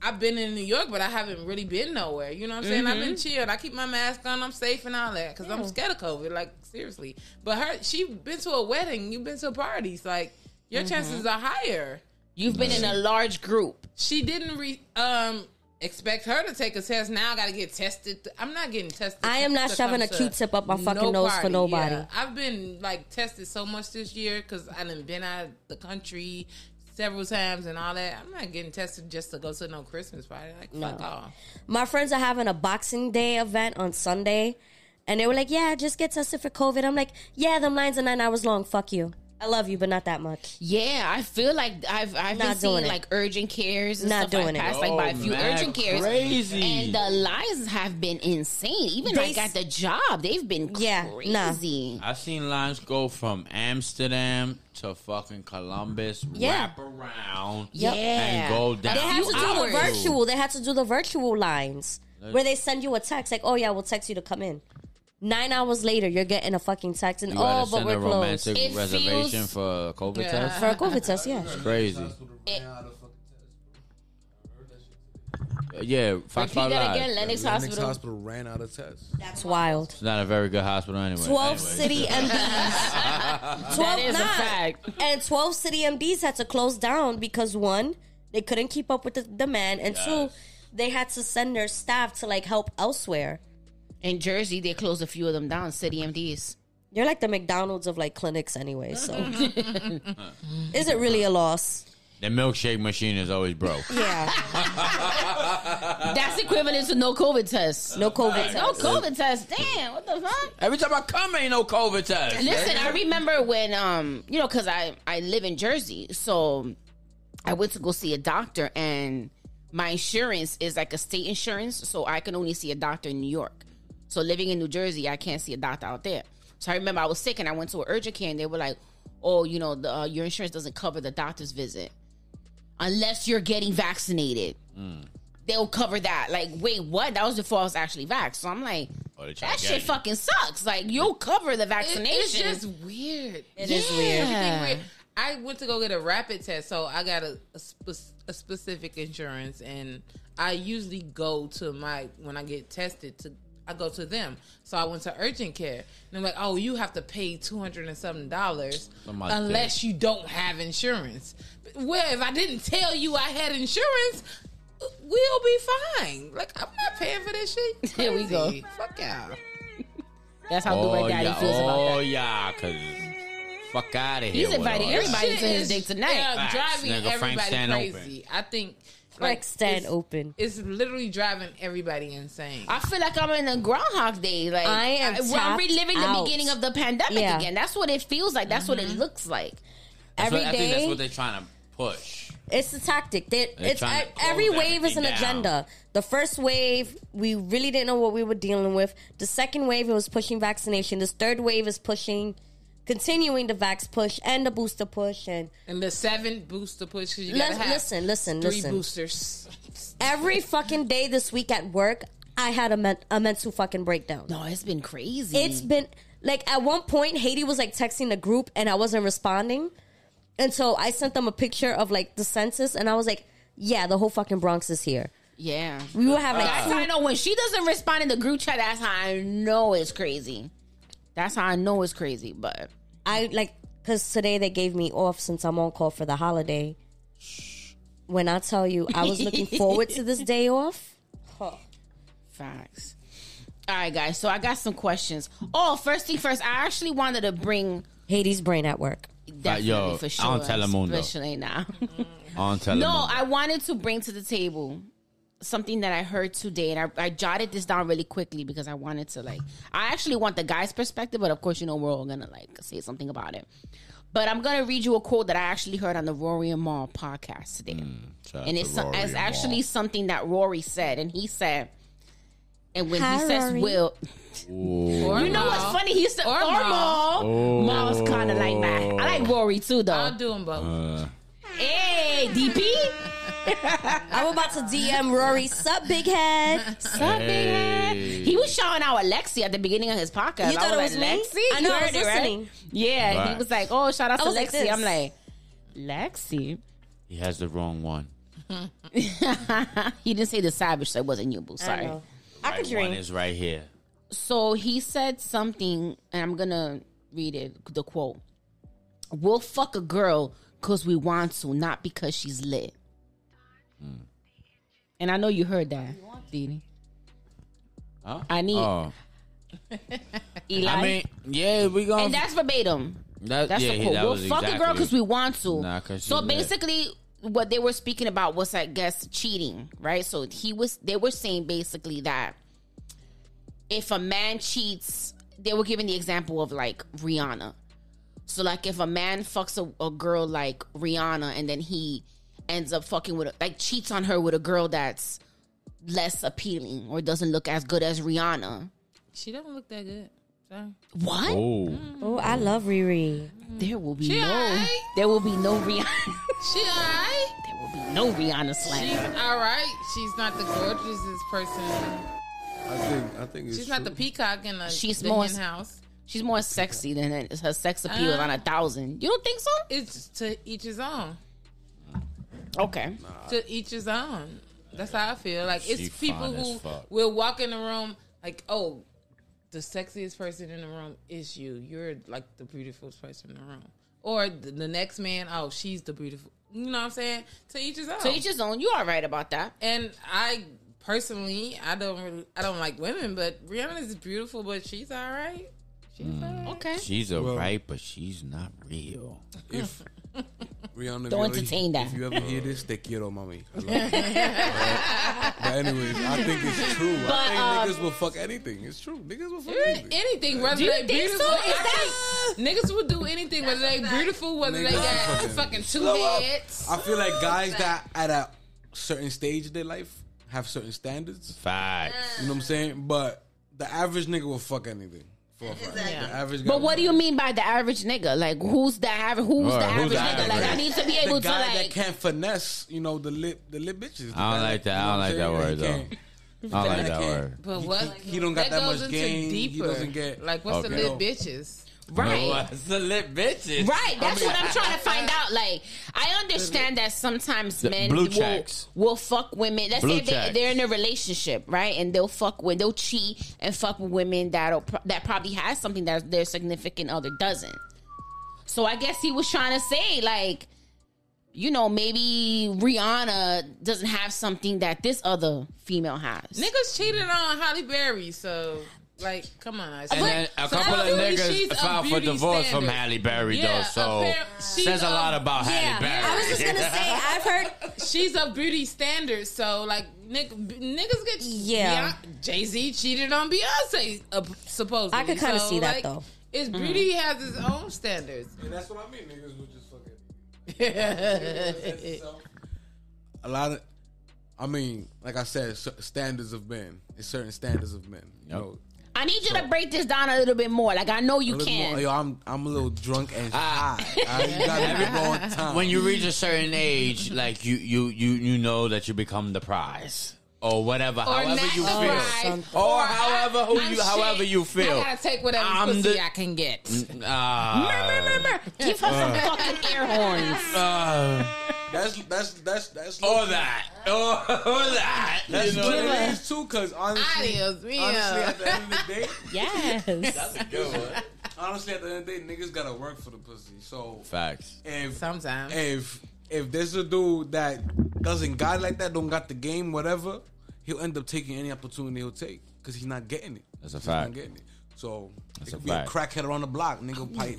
S2: I've been in New York, but I haven't really been nowhere. You know what I'm saying? I've been chilled. I keep my mask on. I'm safe and all that because I'm scared of COVID. Like seriously, but her she been to a wedding. You've been to parties. Like your chances are higher.
S4: You've been in a large group.
S2: She didn't re um. Expect her to take a test now. I gotta get tested. I'm not getting tested.
S1: I am not
S2: to
S1: shoving
S2: come
S1: a
S2: to
S1: Q-tip up my fucking nose for nobody.
S2: I've been like tested so much this year because I done been out of the country several times and all that. I'm not getting tested just to go to no Christmas party. Like fuck
S1: No.
S2: off.
S1: my friends are having a Boxing Day event on Sunday, and they were like, "Yeah, just get tested for COVID." I'm like, "Yeah, them lines are nine hours long. Fuck you. I love you, but not that much."
S4: Yeah, I feel like I've I've been
S1: Not doing
S4: seeing
S1: it.
S4: like urgent cares and
S1: Not
S4: stuff.
S1: doing it.
S4: I passed like by a few
S5: Oh, man,
S4: urgent cares.
S5: Crazy.
S4: And uh, the lies have been insane. Even
S1: They
S4: like at
S1: s-
S4: the job, they've been
S1: Yeah, nah.
S4: crazy.
S5: I've seen lines go from Amsterdam to fucking Columbus,
S1: Yeah.
S5: wrap around,
S4: Yeah,
S5: and go down.
S1: They had
S4: few
S1: to do
S4: hours.
S1: the virtual. They had to do the virtual lines where they send you a text like, "Oh yeah, we'll text you to come in." Nine hours later, you're getting a fucking text, and
S5: You gotta
S1: oh, but
S5: send
S1: we're
S5: a
S1: closed
S5: romantic
S4: It
S5: reservation
S4: feels-
S5: for a COVID
S2: Yeah.
S5: test.
S1: for a COVID test. Yeah,
S5: Crazy. Yeah, Fox
S4: Repeat
S5: Five
S4: that
S5: Live.
S4: again.
S7: Lennox
S4: Lennox Hospital.
S7: Hospital ran out of tests.
S1: that's wild.
S5: It's not a very good hospital anyway.
S1: Twelve city
S5: Anyway.
S1: MDs. Twelve
S4: is a
S1: nah.
S4: fact.
S1: And twelve city MDs had to close down because one, they couldn't keep up with the demand, and two, they had to send their staff to like help elsewhere.
S4: In Jersey, they closed a few of them down. City MDs.
S1: They're like the McDonald's of like clinics anyway, so is it really a loss?
S5: The milkshake machine is always broke.
S1: Yeah.
S4: That's equivalent to no COVID tests.
S1: No COVID.
S4: No
S1: test.
S4: COVID test. Damn, what the fuck?
S5: Every time I come, ain't no COVID test.
S4: Listen, I remember when um, you know, because I I live in Jersey, so I went to go see a doctor, and my insurance is like a state insurance, so I can only see a doctor in New York. So living in New Jersey, I can't see a doctor out there. So I remember I was sick, and I went to an urgent care, and they were like, "Oh, you know, the, uh, your insurance doesn't cover the doctor's visit unless you're getting vaccinated." They'll cover that. Like, wait, what? That was before I was actually vaxxed. So I'm like,
S5: Oh, they tryna
S4: that
S5: get
S4: shit
S5: you.
S4: fucking sucks. Like, you'll cover the
S2: It-
S4: vaccination.
S2: it's just weird. It
S4: is weird.
S2: weird. I went to go get a rapid test, so I got a, a, spe- a specific insurance, and I usually go to my when I get tested to. I go to them, so I went to urgent care, and I'm like, "Oh, you have to pay two hundred and something dollars
S5: Somebody
S2: unless you don't have insurance." But- Well, if I didn't tell you I had insurance, we'll be fine. Like I'm not paying for this shit.
S4: Here we go.
S2: Crazy. Fuck y'all.
S4: That's how
S5: Oh,
S4: good my daddy
S5: yeah.
S4: feels about
S5: oh,
S4: that.
S5: yeah, because fuck out of here.
S4: He's
S5: with
S4: inviting
S5: all that.
S4: everybody
S2: Shit
S4: to his
S2: is-
S4: dick tonight.
S2: yeah,
S5: Facts,
S2: driving
S5: nigga. Frank
S2: everybody
S5: stand open.
S2: crazy. I think
S1: Frank stand
S2: it's-
S1: open.
S2: It's literally driving everybody insane.
S4: I feel like I'm in a Groundhog Day. Like
S1: I am
S4: I'm
S1: tapped
S4: reliving the
S1: out.
S4: beginning of the pandemic
S1: Yeah.
S4: again. That's what it feels like. That's what it looks like.
S5: That's
S1: Every
S5: what- I think that's
S1: day-
S5: what they're trying to push.
S1: It's the tactic. They,
S5: They're
S1: it's
S5: trying to
S1: e-
S5: close
S1: every wave is an
S5: everything down.
S1: agenda. The first wave, we really didn't know what we were dealing with. The second wave, it was pushing vaccination. This third wave is pushing, continuing the vax push and the booster push. And
S2: and the seven booster push 'cause you
S1: Let's-
S2: gotta have
S1: listen, listen,
S2: three
S1: listen.
S2: boosters.
S1: every fucking day this week at work, I had a, men- a mental fucking breakdown.
S4: No, it's been crazy.
S1: It's been like at one point, Haiti was like texting the group, and I wasn't responding. And so I sent them a picture of like the census, and I was like, "Yeah, the whole fucking Bronx is here."
S4: yeah.
S1: We will have like
S4: That's how I know when she doesn't respond in the group chat. That's how I know it's crazy. That's how I know it's crazy. But
S1: I like because today they gave me off since I'm on call for the holiday. When I tell you, I was looking forward to this day off.
S4: Facts. All right, guys. So I got some questions. Oh, first thing first. I actually wanted to bring
S1: Hades brain at work.
S4: Definitely
S5: yo,
S4: for sure.
S5: on Telemundo.
S4: Especially now.
S5: on Telemundo.
S4: no, I wanted to bring to the table something that I heard today, and I, I jotted this down really quickly because I wanted to like. I actually want the guy's perspective, but of course, you know, we're all gonna like say something about it. But I'm gonna read you a quote that I actually heard on the Rory and Maul podcast today
S5: Shout out
S4: and
S5: to
S4: it's, so-
S5: Mm, Rory
S4: it's
S5: and
S4: actually
S5: Maul.
S4: something that Rory said, and he said, and when
S1: Hi,
S4: he says
S1: Rory.
S4: will,
S2: Or
S4: you know
S2: Maul.
S4: what's funny? He said or,
S2: Or Maul.
S4: Maul.
S5: Oh.
S4: Maul's kind of like that. I like Rory too, though.
S2: I'll do them both.
S5: Uh,
S4: hey, DP,
S1: I'm about to DM Rory. Sup, big head.
S4: Sup, big head?
S5: Hey.
S4: He was shouting out Alexi at the beginning of his podcast.
S1: You
S4: I
S1: thought it was
S4: like,
S1: me?
S4: Lexi?
S1: I know,
S4: You
S1: I
S4: heard
S1: was
S4: it, right?
S1: listening.
S4: Yeah, he
S5: Right.
S4: was like, "Oh, shout out
S1: I
S4: to
S1: was like
S4: Lexi."
S1: this.
S4: I'm like, Lexi.
S5: he has the wrong one.
S4: He didn't say the savage, so it wasn't you, boo. Sorry.
S1: know. I could
S5: Right one
S1: drink.
S5: is right here.
S4: So he said something, and I'm gonna read it. The quote: "We'll fuck a girl because we want to, not because she's lit."
S5: Hmm.
S4: And I know you heard that, Dini.
S5: Huh?
S4: I need-
S5: Oh.
S4: Eli.
S5: I mean, yeah, we gonna.
S4: and that's verbatim.
S5: that-
S4: That's
S5: yeah,
S4: the
S5: he-
S4: quote.
S5: that
S4: we'll
S5: was
S4: fuck a girl
S5: exactly-
S4: because we want to.
S5: Nah, 'cause
S4: so
S5: she lit.
S4: basically, what they were speaking about was, I guess, cheating, right? So he was. They were saying basically that if a man cheats, they were giving the example of like Rihanna. So like, if a man fucks a, a girl like Rihanna, and then he ends up fucking with a, like cheats on her with a girl that's less appealing or doesn't look as good as Rihanna.
S2: She don't look that good. Sorry.
S4: What?
S5: Oh.
S4: Mm-hmm.
S1: Oh, I love Riri.
S4: There will be
S2: She
S4: no.
S2: alright.
S4: There will be no Rihanna.
S2: She alright.
S4: There will be no Rihanna
S2: She's
S4: slander.
S2: alright. She's not the gorgeous person.
S7: I think I think it's
S2: She's not the
S7: true.
S2: peacock in the,
S4: She's
S2: the
S4: more-
S2: hen house.
S4: She's more sexy than her, her sex appeal is on a thousand. You don't think so?
S2: It's to each his own.
S4: Okay.
S2: To each his own. That's how I feel. Like
S5: She
S2: it's people
S5: fine as
S2: who
S5: fuck.
S2: will walk in the room like, oh, the sexiest person in the room is you. You're like the beautiful person in the room. Or the, the next man, oh, she's the beautiful. You know what I'm saying? To each his own.
S4: So each his own. You are right about that.
S2: And I personally, I don't really, I don't like women, but Rihanna is beautiful, but she's all right. She's all right.
S4: Okay.
S5: She's alright,
S7: Well-
S5: but she's not real.
S7: If Rihanna,
S4: Don't
S7: Rihanna,
S4: entertain that.
S7: If you ever hear this, te quiero, mommy. I love you. but anyways, I think it's true. I think niggas will fuck anything. It's true. Niggas will fuck anything.
S2: Anything, whether
S4: you
S2: they
S4: think so?
S2: beautiful,
S4: Is
S2: I think niggas will do anything, whether they beautiful, whether they
S7: Niggas
S2: got
S7: fucking
S2: fucking two
S7: slow up.
S2: heads.
S7: I feel like guys that at a certain stage of their life have certain standards.
S5: Facts.
S7: You know what I'm saying? But the average nigga will fuck anything. For a fact. The average guy
S4: But what
S7: will-
S4: do you mean by the average nigga? Like who's the average? Who's
S5: Right,
S4: the
S5: who's
S4: average
S5: the
S4: nigga?
S5: average?
S4: Like I need to be
S7: the
S4: able to
S7: guy that
S4: like.
S7: can't finesse, you know, the lip, the lip bitches. The
S5: I don't
S7: guy
S5: like that. I don't like that
S7: you know what I'm
S5: word
S7: saying? He
S5: though.
S7: can't-
S4: Mm-hmm.
S5: I don't like that
S7: He can't.
S5: word.
S2: But what
S7: he- he don't got that
S2: goes
S7: much
S2: into
S7: game. He doesn't get-
S2: like what's
S5: Okay.
S2: the little bitches.
S4: Right.
S5: What's the lit bitches?
S4: Right, that's what I'm trying to find out. Like, I understand that sometimes
S5: The
S4: men
S5: blue
S4: will,
S5: checks.
S4: will fuck women. Let's
S5: Blue
S4: say they,
S5: checks.
S4: they're in a relationship, right? And they'll fuck with, they'll cheat and fuck with women that'll pro- that probably has something that their significant other doesn't. So I guess he was trying to say, like, you know, maybe Rihanna doesn't have something that this other female has.
S2: Niggas cheated on Holly Berry, so like, come on.
S5: And then a couple of niggas filed for divorce from Halle Berry
S2: Yeah,
S5: though, so
S2: appar- she's
S5: says a
S2: a-
S5: lot about
S1: Yeah,
S5: Halle Berry.
S1: I was just gonna say I've heard
S2: She's a beauty standard, so like nick, niggas get
S1: Yeah.
S2: Jay Z cheated on Beyonce, uh, supposedly.
S1: I could kinda
S2: So,
S1: see that,
S2: like,
S1: though. Mm-hmm.
S2: It's beauty has its own standards.
S7: And that's what I mean. Niggas will just fuck anything. a lot of, I mean, like I said, cer- standards of men. It's certain standards of men. You
S5: Yep.
S7: know,
S4: I need you to break this down a little bit more. Like, I know
S7: a
S4: you
S7: little
S4: can.
S7: More, yo, I'm I'm a little drunk and
S5: Ah,
S7: high. I, you gotta be on time.
S5: when you reach a certain age, like you you you you know that you become the prize or whatever, however
S2: not
S5: you
S2: the
S5: feel,
S2: prize,
S5: or
S2: I-
S5: however who
S2: I'm
S5: you
S2: shit.
S5: however you feel.
S2: I gotta take whatever
S5: I'm
S2: pussy
S5: the-
S2: I can get.
S5: Ah.
S4: Give her some fucking air horns.
S5: Ah.
S7: That's that's that's that's
S5: or that, or, or that.
S7: That's
S5: you
S7: Oh, what
S5: know?
S7: it is too. Cause honestly,
S2: Adios, mio.
S7: honestly, at the end of the day,
S4: Yes.
S5: That's a good one.
S7: honestly, at the end of the day, niggas gotta work for the pussy. So
S5: Facts.
S7: if
S2: Sometimes.
S7: if if there's a dude that doesn't got it like that, don't got the game, whatever, he'll end up taking any opportunity he'll take because he's not getting it.
S5: That's a
S7: He's not
S5: fact.
S7: getting it. So
S5: That's a
S7: Could be a
S5: fact.
S7: crackhead around the block, nigga. Pipe.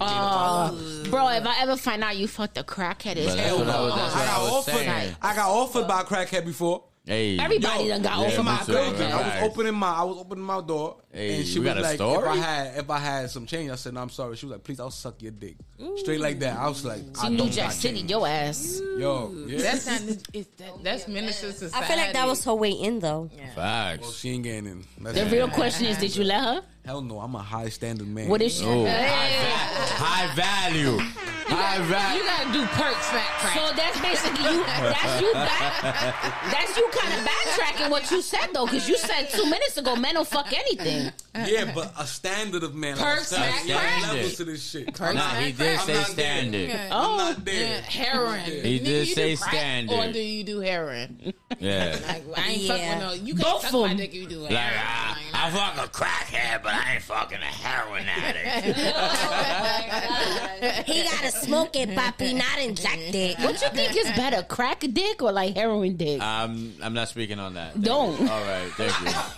S4: Bro, if I ever find out you fucked a crackhead, it's
S5: But that's what I was, that's what I
S7: I got
S5: was
S7: offered.
S5: saying.
S7: I got offered by a crackhead before.
S5: Hey,
S4: Everybody
S7: Yo,
S4: done got
S5: yeah,
S4: over my
S5: me too.
S4: crackhead.
S5: Yeah.
S7: I was opening my I was opening my door
S5: Hey,
S7: and she
S5: you
S7: was
S5: got a
S7: like, if
S5: story?
S7: I had if I had some change, I said, no, I'm sorry. She was like, please, I'll suck your dick. Straight like that. I was like, I
S4: She New
S7: don't
S4: Jack
S7: got
S4: City,
S7: change.
S4: your ass.
S7: Yo, yeah.
S2: That's not. It's that, that's minister society.
S1: I feel like that was her way in though.
S7: Well,
S5: facts.
S7: she ain't getting in. That's
S4: The
S7: it.
S4: real question is, did you let her?
S7: Hell no, I'm a high standard man.
S4: What is she?
S5: Oh, high, va- high value, high
S2: You
S5: value.
S2: gotta do perks, fat crack.
S4: So that's basically you. That's you. Back, that's you kind of backtracking what you said though, because you said two minutes ago men don't fuck anything.
S7: yeah, but a standard of man. Like,
S2: Perks,
S7: standard
S2: Mac,
S5: Perks.
S7: levels to this shit.
S5: Nah, he did
S7: I'm
S5: say
S7: not
S5: standard.
S7: there.
S4: Oh.
S7: I'm not there.
S2: Yeah, heroin.
S5: He
S2: Nigga,
S5: did
S2: you
S5: say
S2: do crack Or
S5: standard.
S2: do you do heroin?
S5: Yeah.
S2: Like, I ain't fucking
S1: Yeah.
S2: no. You can't
S4: Both
S2: fuck
S4: of
S2: my
S4: them.
S2: dick if you do heroin.
S5: Like ah. I, I fuck a crackhead, but I ain't fucking a heroin addict.
S1: He gotta smoke it, Papi, not inject it.
S4: What you think is better, crack dick or like heroin dick?
S5: um, I'm not speaking on that. Thank
S4: Don't.
S5: you. All right, thank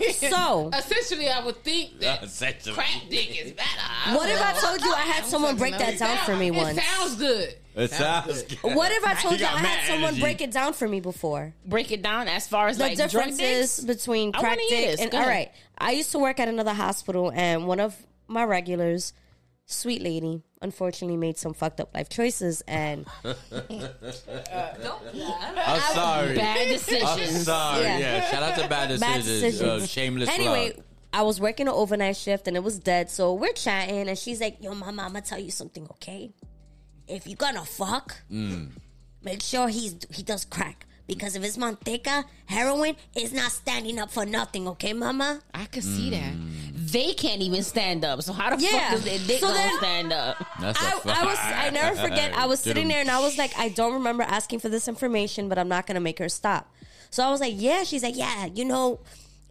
S5: you.
S1: So,
S2: Essentially, I would think that
S5: Essentially.
S2: crack dick is better. I
S1: what
S2: don't
S1: if I
S2: know.
S1: told you I had someone break that down for me
S2: It
S1: once?
S2: sounds good.
S5: It sounds good.
S1: What if I told
S5: He
S1: you I
S5: got mad
S1: had someone
S5: energy.
S1: break it down for me before?
S4: Break it down as far as
S1: the
S4: like drug dicks.
S1: differences between
S4: I
S1: crack
S4: wanna hear
S1: dick
S4: this.
S1: and
S4: Go
S1: all
S4: ahead.
S1: right. I used to work at another hospital, and one of my regulars, sweet lady, unfortunately made some fucked up life choices, and
S5: I'm sorry.
S4: Bad
S5: I'm
S4: decisions.
S5: sorry.
S1: Yeah.
S5: Yeah. shout out to bad decisions.
S1: Bad decisions.
S5: Uh, shameless
S1: anyway.
S5: plug.
S1: I was working an overnight shift and it was dead, so we're chatting, and she's like, "Yo, my mama tell you something, okay? If you gonna fuck,
S5: Mm.
S1: make sure he's he does crack." Because if it's Monteca, heroin is not standing up for nothing, okay, mama?
S4: I could see that. They can't even stand up. So how the
S1: Mm. Yeah.
S4: fuck is their dick
S1: So
S4: gonna
S1: then-
S4: stand up?
S5: That's a
S1: I, I was I never forget I was
S5: Did
S1: sitting
S5: him-
S1: there and I was like I don't remember asking for this information but I'm not gonna make her stop so I was like yeah she's like yeah you know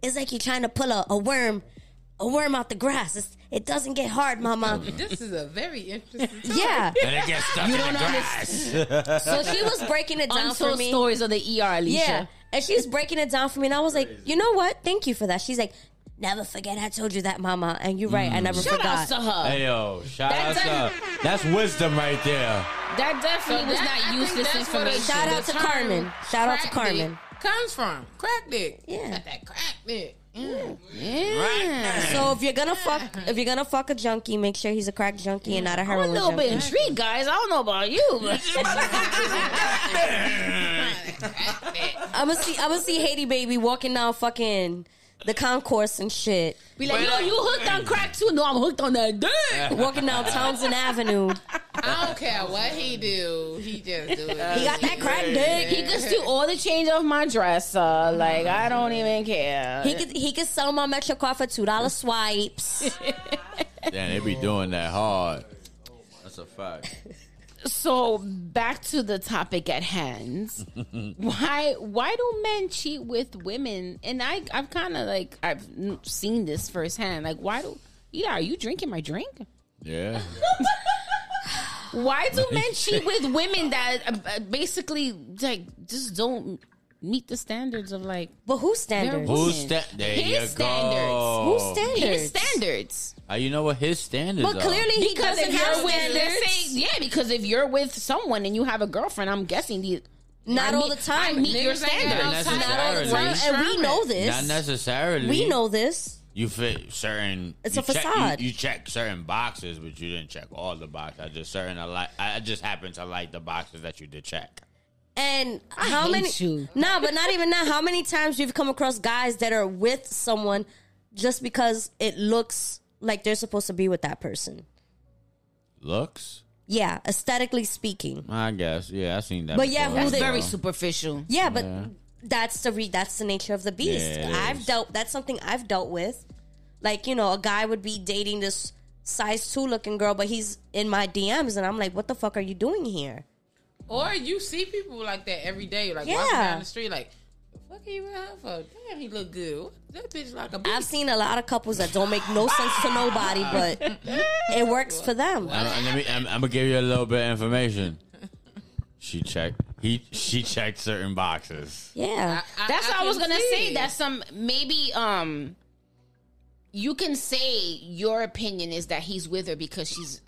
S1: it's like you're trying to pull a, a worm a worm out the grass it's, it doesn't get hard mama
S2: This is a very interesting.
S1: yeah
S5: And it gets stuck in the grass.
S1: so she was breaking it down for
S4: Untold
S1: me
S4: stories of the ER, Alicia.
S1: yeah and she's breaking it down for me and I was like you know what thank you for that she's like never forget I told you that mama and you're right I
S5: Mm.
S1: never
S4: Shout
S1: forgot
S4: out to her.
S5: hey yo, shout
S4: That
S5: out to That's wisdom right there.
S4: That definitely was
S2: that- I
S4: not
S2: think
S4: useless
S2: that's what it-
S4: information.
S1: shout out to Carmen shout out to
S2: Crack dick
S1: Carmen
S2: comes from crack dick.
S1: Yeah.
S2: Got that crack dick.
S1: So if you're gonna fuck, if you're gonna fuck a junkie, make sure he's a crack junkie and not a
S4: I'm a
S1: heroin
S4: little
S1: junkie.
S4: bit intrigued, guys. I don't know about you.
S1: I'm gonna see, I'm gonna see Haiti baby walking down fucking the concourse and shit,
S4: Be like, yo, you hooked on crack too? No, I'm hooked on that dick.
S1: walking down Townsend Avenue.
S2: I don't care what he do. He just do it.
S1: He got that crack dick.
S4: He could steal all the change off my dresser. Like, I don't
S2: Mm-hmm.
S4: even care.
S1: He could, he could sell my Metro card for two dollar swipes.
S5: Damn, they be doing that hard. That's a fact.
S4: so back to the topic at hand. why why do men cheat with women? And I I've kind of like I've n- seen this firsthand. Like, why do yeah? Are you drinking my drink?
S5: Yeah.
S4: Why do men cheat with women that uh, uh, basically like just don't meet the standards of like
S1: But who's
S4: They're
S1: standards?
S4: wo-
S5: Who's sta- there
S4: His
S5: you go.
S1: Who's
S4: his
S1: standards?
S4: standards?
S5: How you know what his standards
S1: But
S5: are?
S1: clearly he
S4: Because
S1: doesn't
S4: if you're
S1: have
S4: with, let's say,
S1: standards.
S4: yeah, because if you're with someone and you have a girlfriend, I'm guessing the
S1: Not
S4: I
S1: all
S4: meet-
S1: the time.
S4: I meet your
S2: Niggas ain't got
S4: standards.
S5: Not
S2: no time.
S1: Not all the time,
S5: necessarily.
S1: and we know
S5: Not
S1: this.
S5: necessarily.
S1: We know this.
S5: you fit certain.
S1: It's
S5: you
S1: a
S5: check- you-
S1: facade.
S5: you, check certain boxes, but you didn't check all the boxes. I just certain. I like. I just happened to like the boxes that you did check.
S1: And how
S4: hate
S1: many?
S4: you.
S1: Nah, but not even that. How many times you've come across guys that are with someone just because it looks like they're supposed to be with that person?
S5: Looks.
S1: Yeah, aesthetically speaking.
S5: I guess. Yeah, I seen that.
S1: But yeah,
S5: before.
S1: who
S4: That's
S1: they-
S4: very superficial.
S1: Yeah, but that's the re- that's the nature of the beast.
S5: Yeah, it
S1: I've
S5: is.
S1: dealt. That's something I've dealt with. Like you know, a guy would be dating this size two looking girl, but he's in my DMs, and I'm like, what the fuck are you doing here?
S2: Or you see people like that every day, like walking
S1: Yeah.
S2: down the street, like, "What fuck are you with her for? Damn, he look good. That bitch like a bitch.
S1: I've seen a lot of couples that don't make no sense to nobody, but it works for them.
S5: I'm, I'm- let me, I'm, I'm gonna give you a little bit of information. She checked. He. She checked certain boxes.
S1: Yeah.
S4: That's what I
S2: can
S4: was gonna
S2: see.
S4: say. That some maybe um you can say your opinion is that he's with her because she's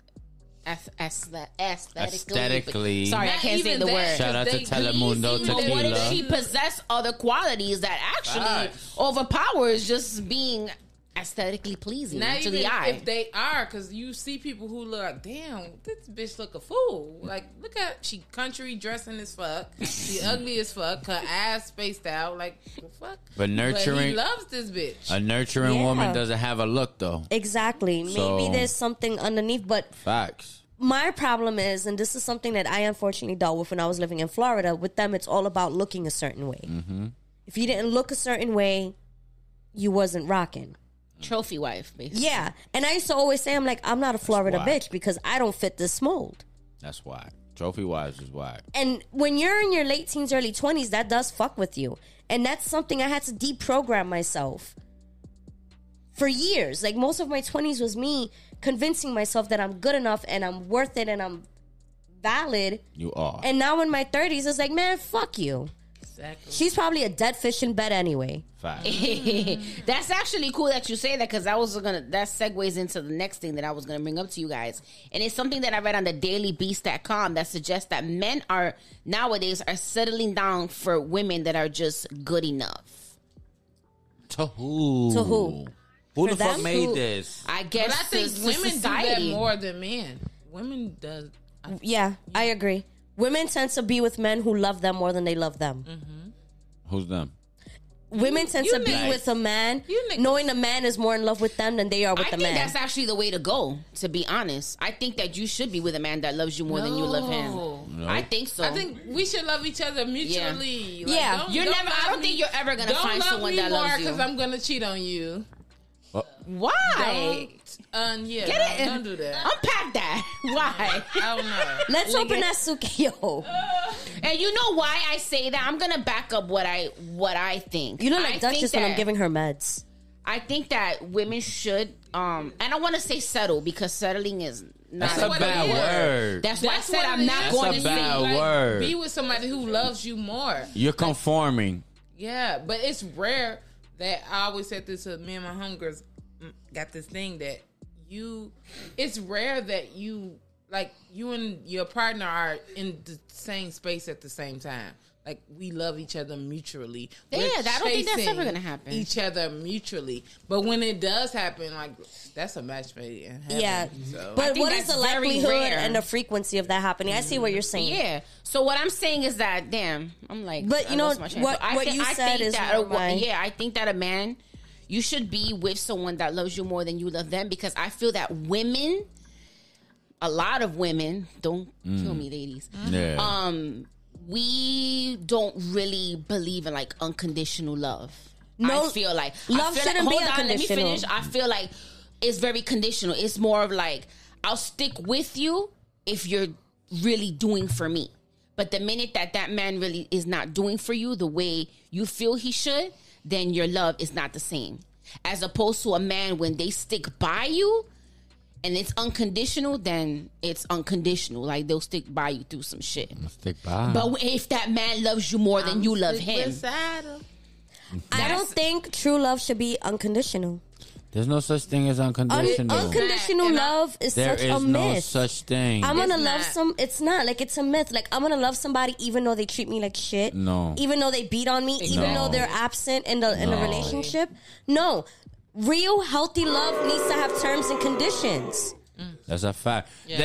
S4: ath- ath- aesthetically.
S5: Aesthetically.
S4: sorry, I
S2: Not
S4: can't say
S2: even
S4: the
S2: that,
S4: word.
S2: because
S5: Shout out to
S2: they
S5: Telemundo
S2: greasy,
S4: But what
S5: Tequila.
S4: if she possess other qualities that actually
S5: Facts.
S4: overpowers just being aesthetically pleasing
S2: Not
S4: to
S2: even
S4: the eye?
S2: if they are, because you see people who look like, damn, this bitch look a fool. Like, look at she country dressing as fuck. She ugly as fuck. Her ass spaced out. Like, the fuck.
S5: But
S2: But he
S5: nurturing
S2: loves this bitch.
S5: a nurturing
S1: Yeah.
S5: woman doesn't have a look though.
S1: Exactly.
S5: So-
S1: Maybe there's something underneath, but
S5: Facts.
S1: my problem is, and this is something that I unfortunately dealt with when I was living in Florida. With them, it's all about looking a certain way.
S5: Mm-hmm.
S1: If you didn't look a certain way, you wasn't rocking.
S4: Trophy wife, basically.
S1: Yeah, and I used to always say, I'm like, I'm not a Florida
S5: whack.
S1: bitch because I don't fit this mold.
S5: That's why. Trophy wives is why.
S1: And when you're in your late teens, early 20s, that does fuck with you. And that's something I had to deprogram myself for years. Like most of my 20s was me convincing myself that I'm good enough and I'm worth it and I'm valid.
S5: You are.
S1: And now in my 30s, it's like, man, fuck you.
S2: Exactly.
S1: She's probably a dead fish in bed anyway.
S5: Facts.
S4: that's actually cool that you say that because I was gonna that segues into the next thing that I was gonna bring up to you guys, and it's something that I read on the dailybeast.com that suggests that men are nowadays are settling down for women that are just good enough.
S5: To who?
S1: To who? For
S5: Who the fuck
S1: them?
S5: made
S1: Who-
S5: this?
S4: I
S2: But
S4: guess
S2: I think
S4: to- to
S2: women do
S4: society.
S2: that more than men. Women does. I,
S1: Yeah, I agree. Women tend to be with men who love them more than they love them.
S5: Who's them?
S1: Women tend
S2: you
S1: to be
S2: niggas-
S1: with a man,
S2: you niggas-
S1: knowing a man is more in love with them than they are with
S4: I
S1: the
S4: think
S1: man.
S4: that's actually the way to go. To be honest, I think that you should be with a man that loves you more than you love him.
S2: No.
S4: I think so.
S2: Oh. I think we should love each other mutually. Like,
S1: Yeah.
S2: don't-
S4: you're
S2: don't
S4: never. I
S2: love
S4: don't
S2: me-
S4: think you're ever gonna
S2: don't
S4: find
S2: love
S4: someone
S2: me
S4: that
S2: more
S4: loves you.
S2: because I'm gonna cheat on you.
S4: Why?
S2: Don't, um, yeah,
S4: Get it?
S2: Don't do that.
S4: Unpack that. Why?
S2: I don't know.
S1: Let's open that Sukiyo.
S4: And you know why I say that? I'm gonna back up what I what I think.
S1: You look
S4: I
S1: like
S4: think
S1: Duchess when I'm
S4: that-
S1: giving her meds.
S4: I think that women should. Um, and I want to say settle because settling is not.
S5: That's
S4: a
S5: a
S4: word.
S5: bad
S2: it is.
S5: word.
S4: That's why I said
S2: what
S4: I'm
S2: it
S4: not
S2: is.
S4: going to
S5: That's
S4: say.
S5: a bad
S2: Like,
S5: word.
S2: Be with somebody who loves you more.
S5: You're conforming.
S2: Yeah, but it's rare that I always said this to me and my hungers got this thing that you it's rare that you like you and your partner are in the same space at the same time. Like we love each other mutually.
S4: Yeah,
S2: We're
S4: I don't think that's
S2: chasing
S4: ever gonna happen.
S2: Each other mutually, but when it does happen, like that's a match made in heaven.
S1: Yeah.
S2: so.
S1: But
S4: think
S1: what is
S4: that's
S1: the
S4: very
S1: likelihood
S4: rare.
S1: and the frequency of that happening? I see what you're saying.
S4: Yeah. So what I'm saying is that damn, I'm like,
S1: But you
S4: I
S1: know,
S4: lost my train of
S1: what-
S4: thought. I
S1: what
S4: thi-
S1: you
S4: I
S1: said
S4: think
S1: is
S4: that a
S1: more
S4: wo-
S1: my-
S4: yeah, I think that a man, you should be with someone that loves you more than you love them because I feel that women, a lot of women, don't kill
S5: Mm.
S4: me, ladies.
S5: Yeah.
S4: Um, we don't really believe in like unconditional love.
S1: No,
S4: I feel like I
S1: love
S4: feel
S1: shouldn't be
S4: hold on, let me
S1: unconditional.
S4: finish. I feel like it's very conditional. It's more of like I'll stick with you if you're really doing for me. But the minute that that man really is not doing for you the way you feel he should, then your love is not the same. As opposed to a man when they stick by you and it's unconditional, then it's unconditional. Like they'll stick by you through some shit.
S5: Stick by.
S4: But if that man loves you more than you love him,
S2: Beside him.
S1: I don't think true love should be unconditional.
S5: There's no such thing as
S1: Un-
S5: unconditional.
S1: unconditional
S2: And I-
S1: love is
S5: there
S1: such
S5: is
S1: a
S5: no
S1: myth.
S5: such thing.
S1: I'm gonna
S2: It's
S1: love
S2: not.
S1: some. It's not like it's a myth. Like I'm gonna love somebody even though they treat me like shit.
S5: No.
S1: Even though they beat on me. Even
S5: No.
S1: though they're absent in the in the
S5: No.
S1: relationship. No. Real healthy love needs to have terms and conditions.
S5: That's a fact. They,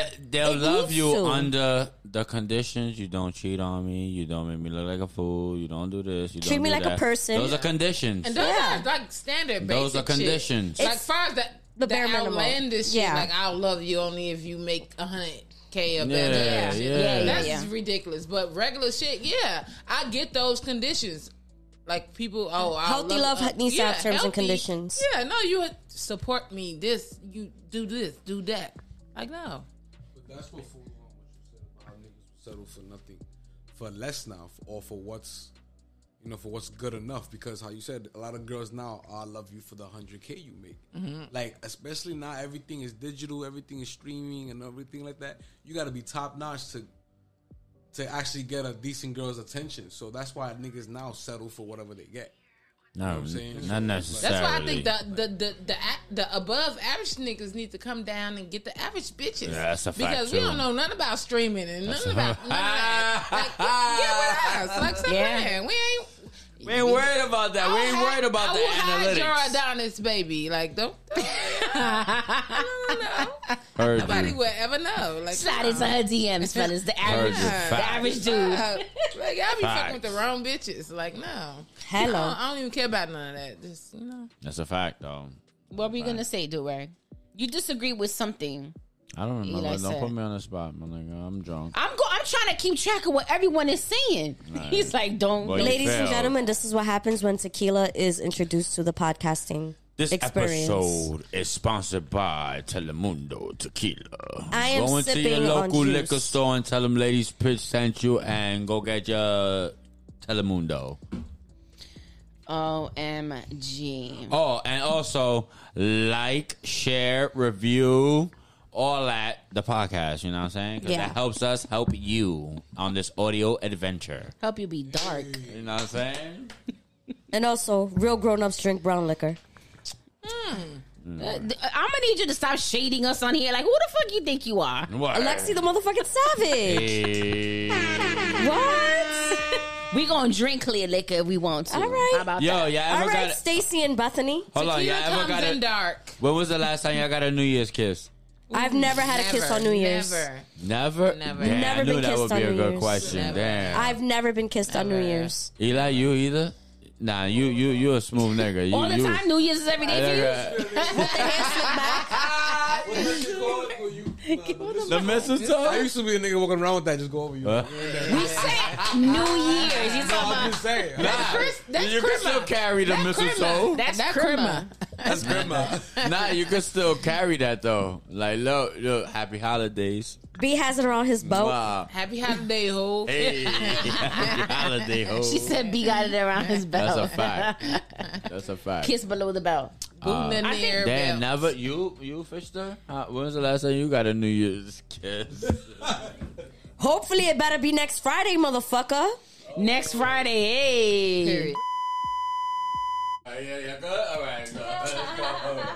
S5: will
S1: It
S5: love
S1: needs
S5: you
S1: to.
S5: under the conditions. You don't cheat on me. You don't make me look like a fool. You don't do this. You
S1: Treat
S5: don't
S1: me
S5: do
S1: like a
S5: that.
S1: person.
S5: Those are conditions.
S2: And those
S1: Yeah.
S2: are like standard
S5: Those
S2: basic
S5: are conditions.
S2: Shit. Like
S1: It's
S2: far as that
S1: the
S2: the,
S1: bare minimum.
S2: outlandish
S1: Yeah.
S2: shit, like I'll love you only if you make a hundred K of
S5: Yeah,
S2: that.
S5: yeah, yeah.
S2: That's
S4: yeah.
S2: ridiculous. But regular shit, yeah. I get those conditions. Like people, oh, i
S1: Healthy love needs to have terms and conditions.
S2: Yeah, no, you would support me. This, you do this, do that. Like no,
S7: But that's what fools wrong what you said about how niggas settle for nothing, for less now, f- or for what's, you know, for what's good enough. Because how you said, a lot of girls now are love you for the hundred k you make. Like especially now, everything is digital, everything is streaming, and everything like that. You got to be top notch to. To actually get a decent girl's attention, so that's why niggas now settle for whatever they get.
S5: No,
S7: I'm saying?
S5: not necessarily.
S2: That's why I think the the the the, a- the above average niggas need to come down and get the average bitches.
S5: Yeah, that's a fact,
S2: Because we
S5: too.
S2: don't know nothing about streaming and nothing
S5: a-
S2: about none of that. Like, get with us. Like, sit
S4: Yeah.
S2: down. We ain't.
S5: we ain't worried about that. We ain't worried about
S2: I
S5: the
S2: will hide
S5: analytics.
S2: your Adonis, baby. Like, don't.
S5: Heard
S2: Nobody
S5: you.
S2: will ever know. Like,
S4: Slide into her DMs, fellas. The average,
S5: Virgin
S4: the
S5: facts.
S4: average dude.
S1: Uh-huh.
S2: uh, like y'all be fucking with
S5: Facts.
S2: the wrong bitches. Like, no. I
S4: Hello.
S2: don't, I don't even care about none of that. Just you know,
S5: That's a fact, though.
S4: What were you gonna say, Durag? You disagree with something.
S5: I don't remember.
S4: Eli
S5: don't
S4: said-
S5: put me on the spot, my nigga. I'm drunk.
S4: I'm go. I'm trying to keep track of what everyone is saying. He's like, don't.
S5: Well, you
S4: ladies,
S1: Ladies and
S5: failed.
S1: gentlemen, this is what happens when tequila is introduced to the podcasting
S5: This
S1: experience.
S5: episode is sponsored by Telemundo Tequila.
S1: I am
S5: go into your
S1: sipping on
S5: local
S1: juice.
S5: liquor store and tell them Ladies Pitch sent you and go get your Telemundo.
S4: OMG.
S5: Oh, and also like, share, review, all that, the podcast, you know what I'm saying? 'Cause
S1: Yeah.
S5: that helps us help you on this audio adventure.
S4: Help you be dark.
S5: You know what I'm saying?
S1: And also, real grown ups drink brown liquor.
S4: Uh, th- I'm gonna need you to stop shading us on here. Like, who the fuck you think you are?
S5: What?
S1: Alexi the motherfucking savage.
S5: Hey. Oh
S1: what?
S4: We gonna drink clear liquor if we want to.
S1: All right.
S4: How about
S5: Yo,
S4: that?
S5: y'all
S1: All
S5: ever
S1: right,
S5: got a,
S1: Stacy and Bethany.
S5: Hold on, y'all
S2: Tequila
S5: ever
S2: comes
S5: got
S2: in
S5: a,
S2: dark.
S5: When was the last time y'all got a New Year's kiss?
S1: I've never had a kiss
S2: Never,
S1: on New Year's.
S2: Never.
S5: Never?
S2: Never.
S5: Damn,
S1: Never
S5: I knew
S1: been
S5: that
S1: kissed
S5: would
S1: on
S5: be a
S1: New
S5: good
S1: Year's.
S5: question.
S2: Never.
S5: Damn.
S1: I've never been kissed on New
S2: Never.
S1: Year's.
S5: Eli, you either? Nah, you you you a smooth nigga. You,
S4: All the
S5: you, uh,
S4: time, New Year's is every day for you.
S5: Nigga,
S7: What did you call it when you-
S5: the
S7: I
S5: mistletoe?
S7: used to be a nigga walking around with that. Just go over you.
S5: Huh?
S4: We say New Year's. You
S7: No,
S4: talking
S7: I'm
S4: about
S7: just saying.
S5: Nah,
S2: Chris- that's
S5: you can
S2: Christmas.
S5: still carry the mistletoe.
S4: that's
S2: That
S4: Krima.
S2: crema.
S5: That's grandma. nah, you can still carry that though. Like, look, look, happy holidays.
S1: B has it around his boat.
S5: Wow.
S2: Happy holiday, ho.
S5: Hey, happy holiday ho.
S4: She said B got it around his belt.
S5: That's a fact. That's a fact.
S4: Kiss below the belt.
S5: uh,
S2: Booting in
S4: I think-
S2: there.
S5: Damn,
S2: belt.
S5: never you you Fisher. Uh, when was the last time you got a New Year's kiss? Uh,
S1: Hopefully, it better be next Friday, motherfucker.
S4: Next Friday, hey.
S2: Period.
S5: yeah, yeah, good. All right,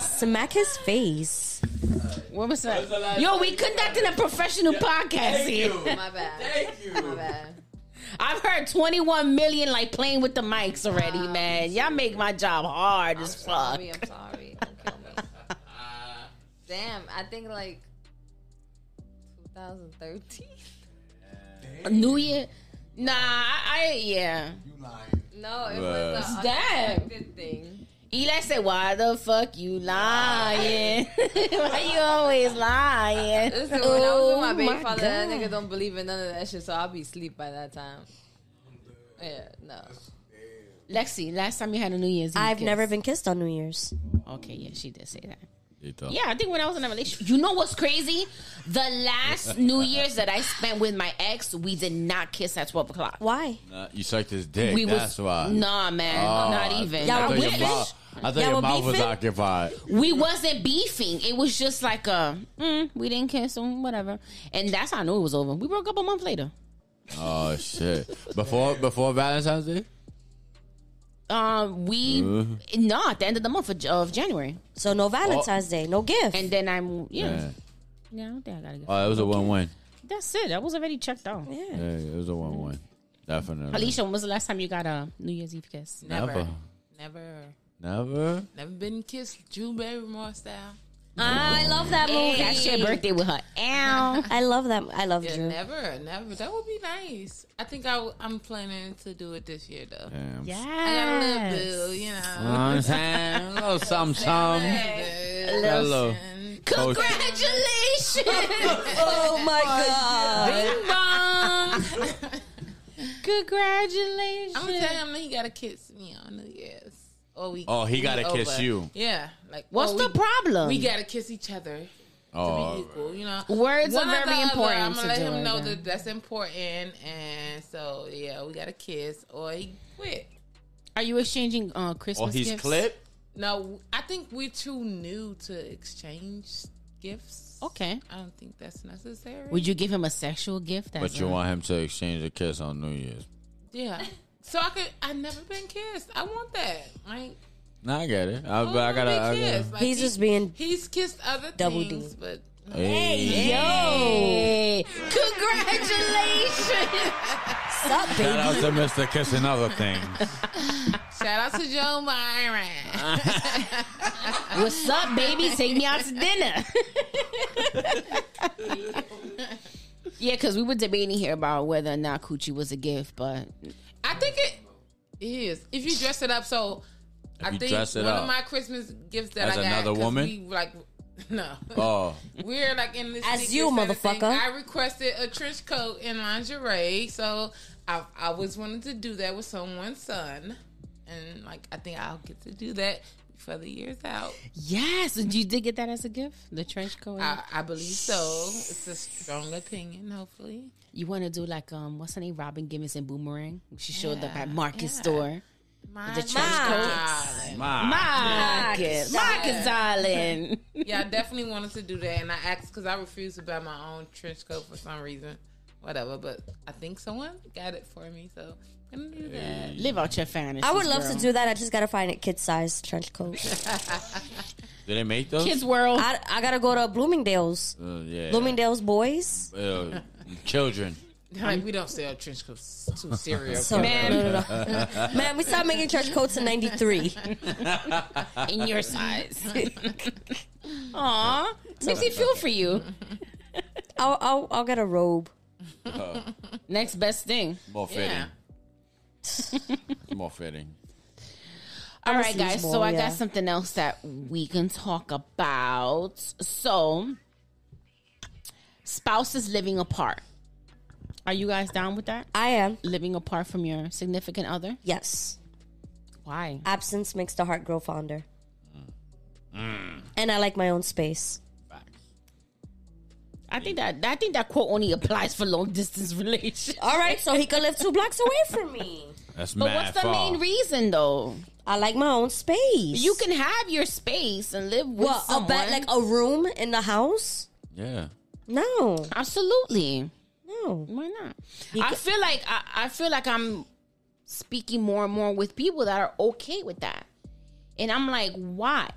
S1: Smack his face.
S4: What was that?
S5: the last
S4: Yo, we conducting a professional podcast here.
S8: My bad.
S5: Thank
S8: My
S5: you.
S8: bad.
S4: I've heard 21 million like playing with the mics already, man. Y'all make my job hard as fuck.
S8: Sorry, I'm sorry. Don't kill me. Damn, I think like 2013.
S4: New Year? Nah, I, I yeah.
S8: No,
S5: Wow.
S8: it was a
S4: Damn.
S8: unexpected thing.
S4: Eli said, "Why the fuck you lying? Why you always lying?"
S8: Listen, when I was with my
S1: Oh
S8: baby
S1: my
S8: father, that
S1: God.
S8: nigga don't believe in none of that shit, so I'll be asleep by that time. Yeah, no.
S4: Lexi, last time you had a New Year's, Eve
S1: I've
S4: kiss.
S1: never been kissed on New Year's.
S4: Okay, yeah, she did say that. Yeah, I think when I was in a relationship, you know what's crazy? The last New Year's that I spent with my ex, we did not kiss at twelve o'clock.
S1: Why?
S5: Nah, you sucked his dick.
S4: We
S5: that's
S4: was
S5: why.
S4: nah, man,
S5: Oh,
S4: not
S5: I-
S4: even.
S5: I
S1: Y'all
S5: thought
S1: were
S5: your
S1: beefing?
S5: mouth, I thought
S1: Y'all
S5: your
S1: were
S5: mouth was
S1: beefing?
S5: occupied.
S4: we wasn't beefing. It was just like a mm, we didn't kiss, mm, whatever. And that's how I knew it was over. We broke up a month later.
S5: Oh shit! Before before Valentine's Day.
S4: Um, we
S5: Mm-hmm.
S4: no at the end of the month of, of January,
S1: So
S5: Oh.
S1: no Valentine's Day, no gift.
S4: and then I'm yeah.
S5: Yeah.
S4: Yeah, I don't think I gotta go.
S5: Oh, it was a one-win.
S4: That's it. I was already checked out.
S5: Yeah, it was a one-win. Definitely.
S4: Alicia, when was the last time you got a New Year's Eve kiss?
S5: Never.
S2: Never. Never.
S5: Never.
S2: Never been kissed Drew Barrymore style.
S1: I love that movie.
S4: Hey, I shared birthday with her. Ow.
S1: I love that. I love
S2: Yeah,
S1: Drew.
S2: never, never. That would be nice. I think I w- I'm planning to do it this year though.
S5: Damn.
S4: Yes.
S2: I got a little boo, you
S5: You know
S2: know.
S5: what I'm saying? A little something, something. Hello.
S4: Congratulations.
S1: Oh my god.
S4: Bing bong. Congratulations.
S2: I'm gonna tell him he gotta kiss me on New Year's. Or we
S5: Oh, he
S2: we
S5: gotta kiss
S2: over.
S5: you.
S2: Yeah. Like
S4: What's
S2: or
S4: the
S2: we-
S4: problem?
S2: We gotta kiss each other.
S5: Oh,
S2: be equal, you know.
S4: Words
S2: One
S4: are
S2: or the
S4: very
S2: other,
S4: important.
S2: I'm
S4: to
S2: gonna let him
S4: Jordan.
S2: know that that's important, and so yeah, we got a kiss or he quit.
S4: Are you exchanging uh,
S5: oh,
S4: Christmas
S5: he's
S4: gifts?
S5: clipped.
S2: No, I think we're too new to exchange gifts.
S4: Okay.
S2: I don't think that's necessary.
S4: Would you give him a sexual gift? as
S5: But you
S4: a-
S5: want him to exchange a kiss on New Year's.
S2: Yeah. So I could. I never been kissed. I want that. Like,
S5: No, I get it. I,
S2: I
S5: but I
S2: wanna
S5: gotta.
S2: be
S5: I gotta-
S2: kissed. Like,
S1: He's
S2: he-
S1: just being-
S2: He's kissed other
S1: Double D.
S2: things, but
S5: Hey,
S1: Hey,
S4: Congratulations.
S1: sup,
S5: shout
S1: baby?
S5: out to Mr. Kissing Other Things.
S2: shout out to Joe Myron.
S4: What's up, baby? Take me out to dinner. yeah, because we were debating here about whether or not coochie was a gift, but
S2: I think it is if you dress it up. So I
S5: you
S2: think
S5: dress it
S2: one
S5: up
S2: of my Christmas gifts that
S5: as
S2: I got
S5: another
S2: 'cause
S5: woman?
S2: We, like, no.
S5: Oh,
S2: We're like in this
S1: As
S2: secret
S1: you,
S2: sort of
S1: motherfucker.
S2: thing. I requested a trench coat and lingerie, so I've always wanted to do that with someone's son, and like I think I'll get to do that before the year's out.
S4: yes, you did get that as a gift, the trench coat.
S2: I, I believe so. It's a strong opinion, hopefully.
S4: you want to do like um, what's her name, Robin Gibbons and Boomerang? She showed up at Market
S2: yeah.
S4: Store.
S2: My
S4: The trench coats.
S2: darling.
S5: my.
S4: Marcus, Marcus, darling.
S2: Yeah, I definitely wanted to do that, and I asked because I refused to buy my own trench coat for some reason, whatever. But I think someone got it for me, so I'm gonna do that.
S4: Live out your fantasy.
S1: I would love to do that. I just gotta find a kid size trench coat.
S5: Do they make those?
S4: Kids World.
S1: I, I gotta go to Bloomingdale's.
S5: Uh, yeah.
S1: Bloomingdale's boys.
S5: Uh, children.
S2: Like, we don't sell trench coats to cereal.
S1: So,
S4: Man.
S1: no, no, no. man, we stopped making trench coats in '93.
S4: in your size. Aw, makes me feel for you.
S1: I'll, I'll, I'll get a robe.
S4: Next best thing.
S5: More
S2: Yeah.
S5: fitting. More fitting.
S4: All right,
S1: seems
S4: guys. So
S1: more,
S4: I
S1: yeah.
S4: got something else that we can talk about. So, spouses living apart. Are you guys down with that?
S1: I am.
S4: Living apart from your significant other?
S1: Yes,
S4: Why?
S1: absence makes the heart grow fonder.
S4: Mm.
S1: And I like my own space.
S4: I think that I think that quote only applies for long distance relations.
S1: All right, so he could live two blocks away from me.
S5: That's
S4: But
S5: mad
S4: what's the
S5: far.
S4: main reason though?
S1: I like my own space.
S4: You can have your space and live with
S1: what a
S4: someone.
S1: bed, like a room in the house.
S5: Yeah.
S1: No,
S4: Absolutely.
S1: no.
S4: Why not? I feel like I, I feel like I'm speaking more and more with people that are okay with that, and I'm like, why?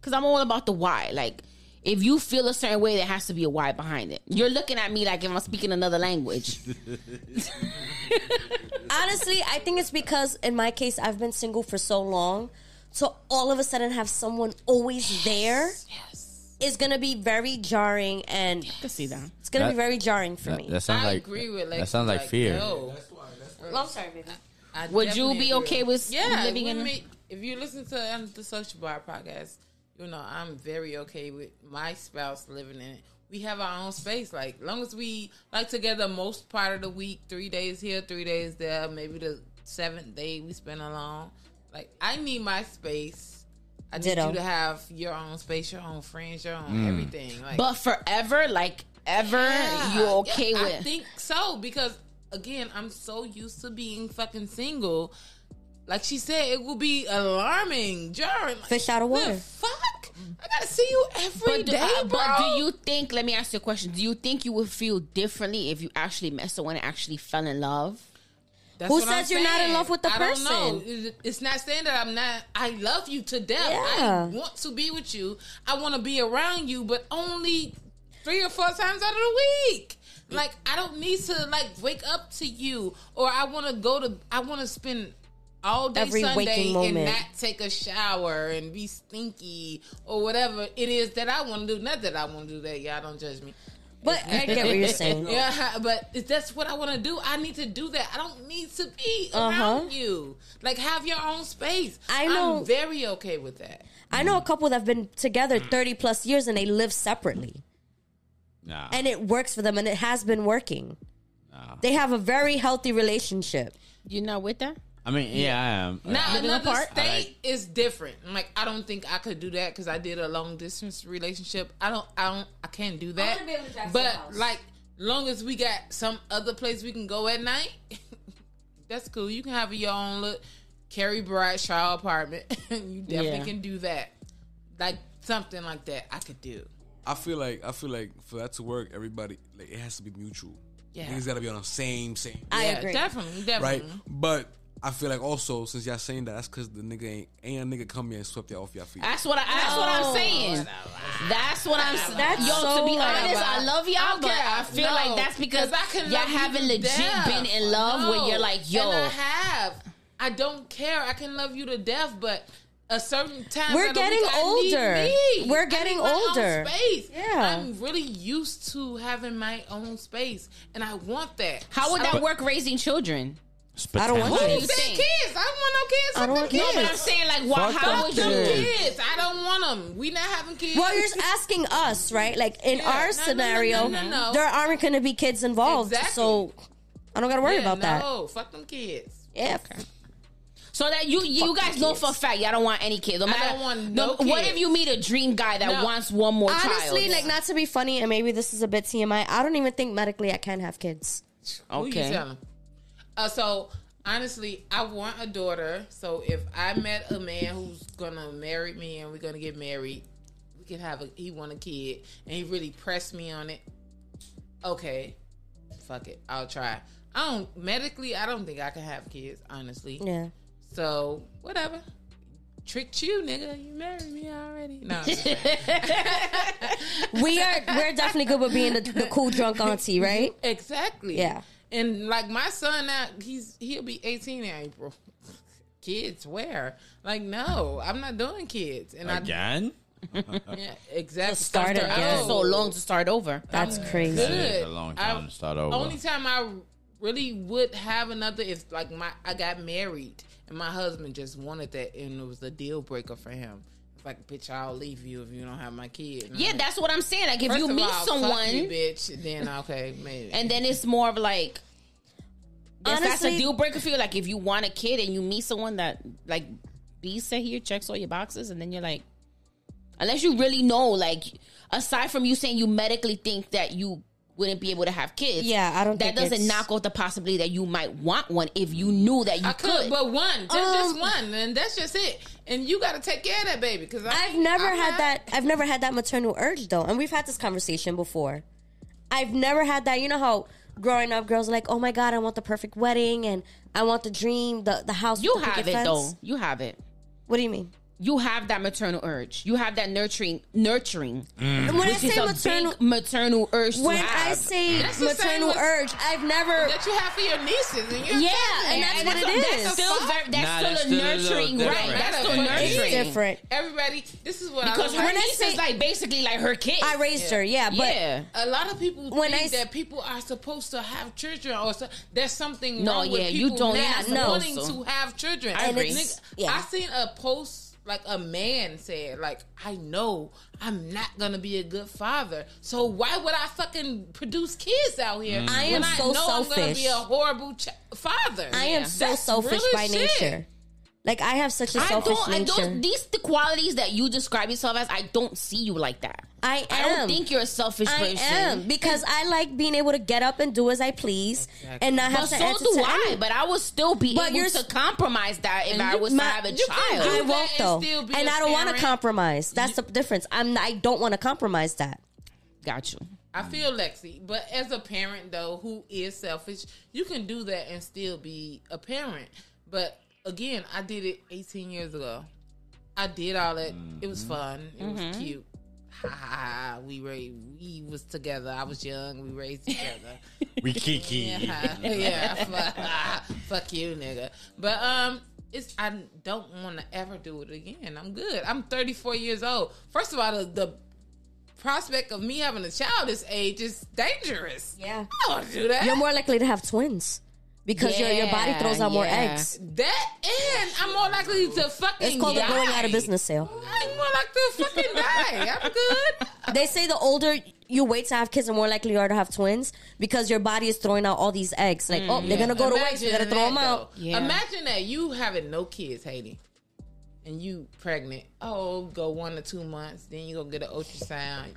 S4: Because I'm all about the why. Like, if you feel a certain way, there has to be a why behind it. You're looking at me like if I'm speaking another language.
S1: Honestly, I think it's because in my case, I've been single for so long. So all of a sudden, have someone always there is gonna be very jarring, and
S4: I can see that.
S1: it's gonna be
S5: That-
S1: very jarring for me.
S5: That, that sounds
S2: I
S5: like
S2: agree with Lexi.
S5: that sounds like, fear.
S2: no.
S1: I'm sorry, baby.
S2: I
S4: Would you
S2: definitely
S4: be
S2: agree.
S4: okay with
S2: yeah,
S4: living
S2: with
S4: in-
S2: me? If you listen to um, the Social Bar podcast, you know I'm very okay with my spouse living in it. We have our own space. Like long as we like together, most part of the week, three days here, three days there. Maybe the seventh day we spend alone. Like I need my space. I need
S1: Ditto.
S2: you to have your own space, your own friends, your own everything. Like
S4: But forever, like ever,
S2: yeah,
S4: you're okay
S2: yeah, I
S4: with.
S2: think so because again, I'm so used to being fucking single. Like she said, it will be alarming, jarring. Like,
S1: Fish out of
S2: the
S1: water.
S2: fuck! I gotta see you every
S4: but do,
S2: day,
S4: uh,
S2: bro.
S4: but do you think? Let me ask you a question. Do you think you would feel differently if you actually met someone and actually fell in love?
S2: That's
S1: Who
S2: what I'm
S1: says you're not in
S2: saying.
S1: love with the
S2: I
S1: person?
S2: Don't know. It- It's not saying that I'm not. I love you to death.
S1: Yeah.
S2: I want to be with you. I want to be around you, but only three or four times out of the week. Like I don't need to like wake up to you, or I want to go to. I want to spend all day
S1: Every
S2: Sunday
S1: waking
S2: and
S1: moment.
S2: not take a shower and be stinky or whatever it is that I want to do. Not that I want to do that. Y'all don't judge me.
S1: But I get what you're saying.
S2: Yeah, but if that's what I want to do. I need to do that. I don't need to be
S1: Uh-huh.
S2: around you. Like have your own space.
S1: I know-
S2: I'm very okay with that.
S1: I know a couple that have been together 30 plus years and they live separately.
S5: Nah.
S1: And it works for them and it has been working.
S5: nah.
S1: They have a very healthy relationship.
S4: You're not with that.
S5: I mean, yeah, I am.
S2: Now
S4: Living
S2: another
S4: apart?
S2: state
S5: I like-
S2: is different. I'm like I don't think I could do that because I did a long distance relationship. I don't. I don't. I can't do that.
S1: wanna be able to drive to
S2: but
S1: the house.
S2: like, long as we got some other place we can go at night, that's cool. You can have your own look, Carrie Bradshaw apartment. you definitely
S4: Yeah.
S2: can do that. Like something like that, I could do.
S7: I feel like I feel like for that to work, everybody like it has to be mutual.
S2: Yeah.
S7: Niggas gotta be on the same same.
S1: I
S2: yeah,
S1: agree.
S2: Definitely, definitely.
S7: right? But I feel like also since y'all saying that, that's because the nigga ain't ain't a nigga come here and swept y'all off y'all feet.
S4: That's what I. That's what I'm
S1: No.
S4: saying. That's what I'm. s-
S1: That's
S4: yo, to
S1: so
S4: be
S1: like-
S4: honest, I love
S2: I
S4: y'all,
S2: don't
S4: but
S2: care.
S4: I feel
S2: No.
S4: like that's because
S2: 'Cause I can
S4: y'all
S2: love you
S4: haven't
S2: to
S4: legit
S2: death.
S4: been in love where
S2: No.
S4: you're like, yo,
S2: And I have. I don't care. I can love you to death, but a certain time.
S1: We're
S2: of the
S1: getting
S2: week, I need
S1: older.
S2: me.
S1: We're
S2: I need
S1: getting
S2: my own
S1: older.
S2: space.
S1: Yeah.
S2: I'm really used to having my own space, and I want that.
S4: how would that work raising children?
S1: I don't want
S4: What do
S1: kids.
S4: you
S2: Fuck
S4: think?
S2: kids? I don't want no kids.
S1: I
S2: Fuck
S1: don't
S2: them
S1: want
S2: kids.
S4: No, but I'm saying like, why?
S5: Fuck
S4: How
S5: them
S4: would
S2: Them
S4: you?
S2: kids. I don't want them. We not having kids.
S1: Well, you're asking us, right? Like in
S2: Yeah. No, no,
S1: our
S2: no,
S1: scenario,
S2: no, no, no.
S1: there aren't going to be kids involved,
S2: Exactly.
S1: so I don't got to worry
S2: Yeah,
S1: about that.
S2: No, fuck them kids.
S1: Yeah.
S4: So that you you
S1: Fuck
S4: guys
S1: the
S4: know
S1: kids.
S4: for a fact y'all don't want any kids. No
S2: I
S4: matter,
S2: don't want no
S4: What
S2: kids.
S4: if you meet a dream guy that
S2: No.
S4: wants one more
S1: Honestly,
S4: child?
S1: like not to be funny, and maybe this is a bit TMI. I don't even think medically I can have kids.
S2: Who you
S4: okay.
S2: telling? Uh, so honestly, I want a daughter. So if I met a man who's gonna marry me and we're gonna get married, we can have a. He want a kid, and he really pressed me on it. Okay, fuck it, I'll try. I don't medically. I don't think I can have kids. Honestly,
S1: Yeah.
S2: so whatever. Tricked you, nigga. You married me already. No, I'm just playing.
S1: We are we're definitely good with being the, the cool drunk auntie, right?
S2: exactly.
S1: Yeah.
S2: And like my son now, he's he'll be 18 in April. Kids, where? Like, no, I'm not doing kids. And
S5: Again?
S2: I yeah, exactly
S1: Just start
S2: I'm
S1: again.
S2: old.
S4: So long to start over.
S1: That's crazy.
S5: That is
S2: Good.
S5: a long time
S2: I-
S5: to start over.
S2: Only time I really would have another if like my I got married and my husband just wanted that and it was a deal breaker for him. It's like, bitch, I'll leave you if you don't have my kid. And I'm
S4: Yeah,
S2: like,
S4: that's what I'm saying. Like if
S2: first
S4: you
S2: of
S4: meet
S2: all, fuck
S4: someone
S2: me, bitch, then okay, maybe.
S4: and then it's more of like Yes, that's a
S1: Honestly-
S4: deal breaker for you. Like if you want a kid and you meet someone that like B said here checks all your boxes, and then you're like, unless you really know, like aside from you saying you medically think that you wouldn't be able to have kids,
S1: Yeah, I don't think
S4: That doesn't
S1: it's-
S4: knock out the possibility that you might want one if you knew that you
S2: I
S4: could.
S2: could, but one. Just, just
S1: Um,
S2: one, and that's just it. And you got to take care of that baby because
S1: I've never
S4: Uh-huh.
S1: had that. I've never had that maternal urge though, and we've had this conversation before. I've never had that. You know how growing up, girls are like, "Oh my god, I want the perfect wedding, and I want the dream, the the house."
S4: you
S1: with the
S4: have
S1: picket
S4: it
S1: fence."
S4: though. You have it.
S1: What do you mean?
S4: You have that maternal urge. You have that nurturing, nurturing,
S2: Mm.
S1: And when I
S4: which is
S1: say
S4: a
S1: maternal,
S4: big maternal urge. to
S1: when I
S4: have.
S1: say
S2: That's the same
S1: maternal
S2: with-
S1: urge, I've never.
S2: that you have for your nieces and
S1: Yeah,
S2: your family.
S1: and that's what it is.
S4: that's still very, that's
S5: Nah,
S4: still
S5: that's
S4: a
S5: still a little
S4: nurturing,
S5: different.
S4: right? That's still
S2: That's
S4: nurturing.
S1: It's different.
S2: Everybody, this is what
S4: Because
S2: I
S4: her
S2: like.
S1: I
S4: niece
S1: say-
S4: is like basically like her kid.
S1: I raised her, yeah, but
S4: yeah.
S2: A lot of people
S1: When
S2: think
S1: I s-
S2: that people are supposed to have children, or so, there's something
S4: No,
S2: wrong with
S4: yeah, you
S2: people
S4: don't-
S2: now
S1: you're not
S2: wanting
S4: supposed
S2: to have children.
S4: I agree.
S2: Nigga,
S1: Yeah.
S2: I seen a post like a man said, like, I know I'm not gonna be a good father, so why would I fucking produce kids out here?
S1: Mm. I am
S2: when
S1: so
S2: I know I'm gonna
S1: selfish.
S2: be a horrible ch- father.
S1: I am so
S2: That's
S1: selfish
S2: real
S1: by
S2: shit.
S1: nature. Like I have such a
S4: I
S1: selfish
S4: don't. I
S1: nature.
S4: don't. These the qualities that you describe yourself as. I don't see you like that.
S1: I
S4: I
S1: am.
S4: don't think you're a selfish
S1: I
S4: person.
S1: am because I like being able to get up and do as I please and not
S4: But
S1: have to
S4: so
S1: answer
S4: do
S1: to
S4: I.
S1: anyone.
S4: But I would still be
S1: But
S4: able
S1: you're
S4: to
S1: s-
S4: compromise that if
S2: And
S4: I
S2: you-
S4: was
S1: My-
S4: to have a
S2: you can
S4: child.
S1: I
S2: do that
S1: won't
S2: and
S1: though,
S2: still be
S1: and
S2: a
S1: I don't want to
S2: parent.
S1: compromise. That's the difference. I'm. I don't want to compromise that.
S4: Got you.
S2: I feel Lexi, but as a parent though, who is selfish, you can do that and still be a parent. But again, I did it 18 years ago. I did all that. It was fun. It was cute. Ha ha ha. We ra- we was together. I was young. We raised each other.
S5: we kiki.
S2: yeah, Uh, yeah. Fuck, ah, fuck you, nigga. But um, it's I don't want to ever do it again. I'm good. I'm 34 years old. First of all, the, the prospect of me having a child this age is dangerous.
S1: Yeah.
S2: I don't want to do that.
S1: You're more likely to have twins because your your body
S4: Yeah,
S1: throws out more
S4: yeah.
S1: eggs.
S2: that and I'm more likely to fucking.
S1: It's called
S2: die.
S1: a going out of business sale.
S2: I'm more likely to fucking die. I'm good.
S1: They say the older you wait to have kids, the more likely you are to have twins because your body is throwing out all these eggs. Like, oh, they're gonna go to waste. You gotta throw
S2: that,
S1: them out.
S2: though.
S4: Yeah.
S2: Imagine that you having no kids, Haiti, and you pregnant. Oh, go one or two months, then you go get an ultrasound.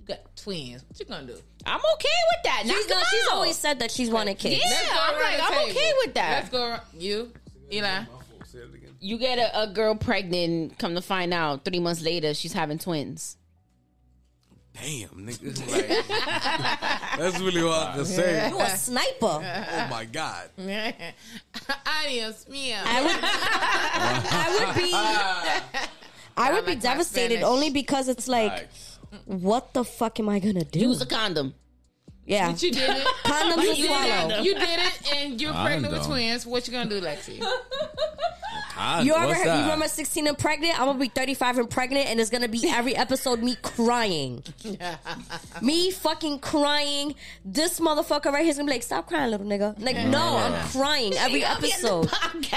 S2: You got twins. What you gonna do?
S4: I'm okay with that.
S1: She's,
S4: Knock 'em
S1: she's
S4: out.
S1: always said that she's wanted kids.
S4: Yeah,
S2: Let's go
S4: I'm
S2: around
S4: like,
S2: the
S4: I'm
S2: table.
S4: okay with that.
S2: Let's go. ar- You, Eli.
S7: My fault. Say it again.
S4: You get a, a girl pregnant. Come to find out, three months later, she's having twins.
S7: damn, nigga, this is like, that's really hard to say.
S1: You a sniper.
S7: Oh my god,
S2: Adios, mia.
S1: I would, I would be, I would be
S2: like my
S1: devastated
S2: Spanish.
S1: only because it's like, what the fuck am I gonna do?
S4: Use a condom.
S1: Yeah,
S2: You did it.
S1: condoms
S2: You
S1: to
S2: did it.
S1: swallow.
S2: You did it, and you're
S5: I'm
S2: pregnant with
S5: dumb.
S2: twins. What you gonna do, Lexi?
S5: Cons-
S1: You ever
S5: what's
S1: heard? You
S5: that?
S1: remember 16 and pregnant? I'm gonna be 35 and pregnant, and it's gonna be every episode me crying, me fucking crying. This motherfucker right here's gonna be like, "Stop crying, little nigga." Like, no, I'm crying every episode.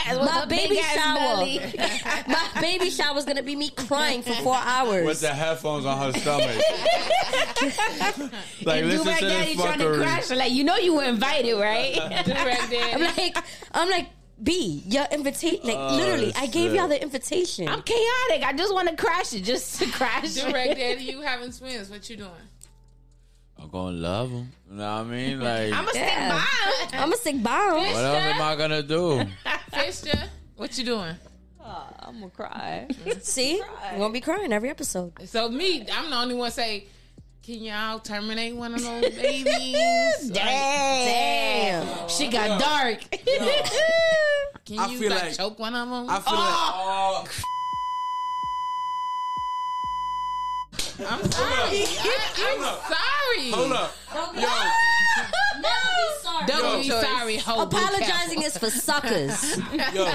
S1: My baby shower, my baby shower is gonna be me crying for four hours.
S5: with the headphones on her stomach? like
S4: Do my daddy trying to crash? Like you know you were invited, right?
S2: Direct
S1: I'm
S2: daddy.
S1: like, I'm like, B, your invitation. Like,
S5: Oh,
S1: literally, I gave
S5: shit.
S1: y'all the invitation.
S4: I'm chaotic. I just want to crash it, just to crash
S2: Direct
S4: it.
S2: daddy. You having twins? What you doing?
S5: I'm gonna love him. You know what I mean? Like,
S4: I'm a stick
S1: Yeah.
S4: by.
S1: I'm a sick bomb.
S5: what else am I gonna do?
S2: Fisher, what you doing?
S8: I'm gonna cry.
S1: See, I'm gonna be crying every episode.
S2: So me, I'm the only one say, can y'all terminate one of those babies? Like,
S4: Damn. She got dark.
S2: can
S7: I
S2: you
S7: feel
S2: like,
S7: like-
S2: choke one of them?
S7: I feel like
S2: I'm sorry. I, am sorry.
S7: hold up,
S2: Don't be
S7: Yo.
S2: sorry. Hold be
S1: Apologizing is for suckers.
S7: yo,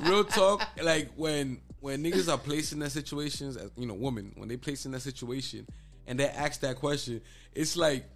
S7: real talk. Like when when niggas are placed in their situations, as you know, women when they placed in that situation and they ask that question, it's like.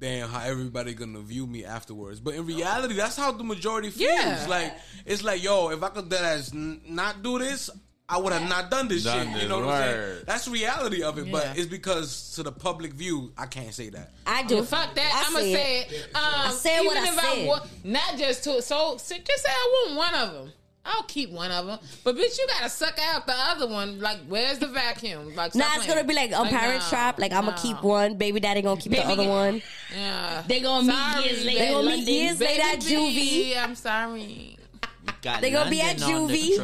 S7: Damn, how everybody gonna view me afterwards? But in reality, that's how the majority feels.
S2: Yeah.
S7: Like it's like, yo, if I could dead ass n- not do this, I would have not done this
S5: Done
S7: shit.
S5: this,
S7: you know what I'm saying?
S5: word.
S7: That's the reality of it. But
S2: Yeah.
S7: it's because to the public view, I can't say that.
S1: I do.
S2: Well, fuck that.
S1: I
S2: I'm gonna
S1: see
S2: say it. Um, I
S1: said
S2: even
S1: what I
S2: if
S1: said.
S2: I wa- not just two. So, so just say I want one of them. I'll keep one of them. But bitch, you gotta suck out the other one. Like, where's the vacuum? Like,
S1: Nah, it's gonna be like a parent
S2: no,
S1: trap. Like I'm gonna
S2: no.
S1: keep one, baby daddy gonna keep the
S4: Baby-
S1: other one.
S2: Yeah.
S4: They gonna
S2: Sorry.
S4: meet years later.
S1: They
S4: in
S1: gonna meet
S4: London.
S1: years later at juvie,
S2: B, I'm sorry.
S1: They gonna be at juvie.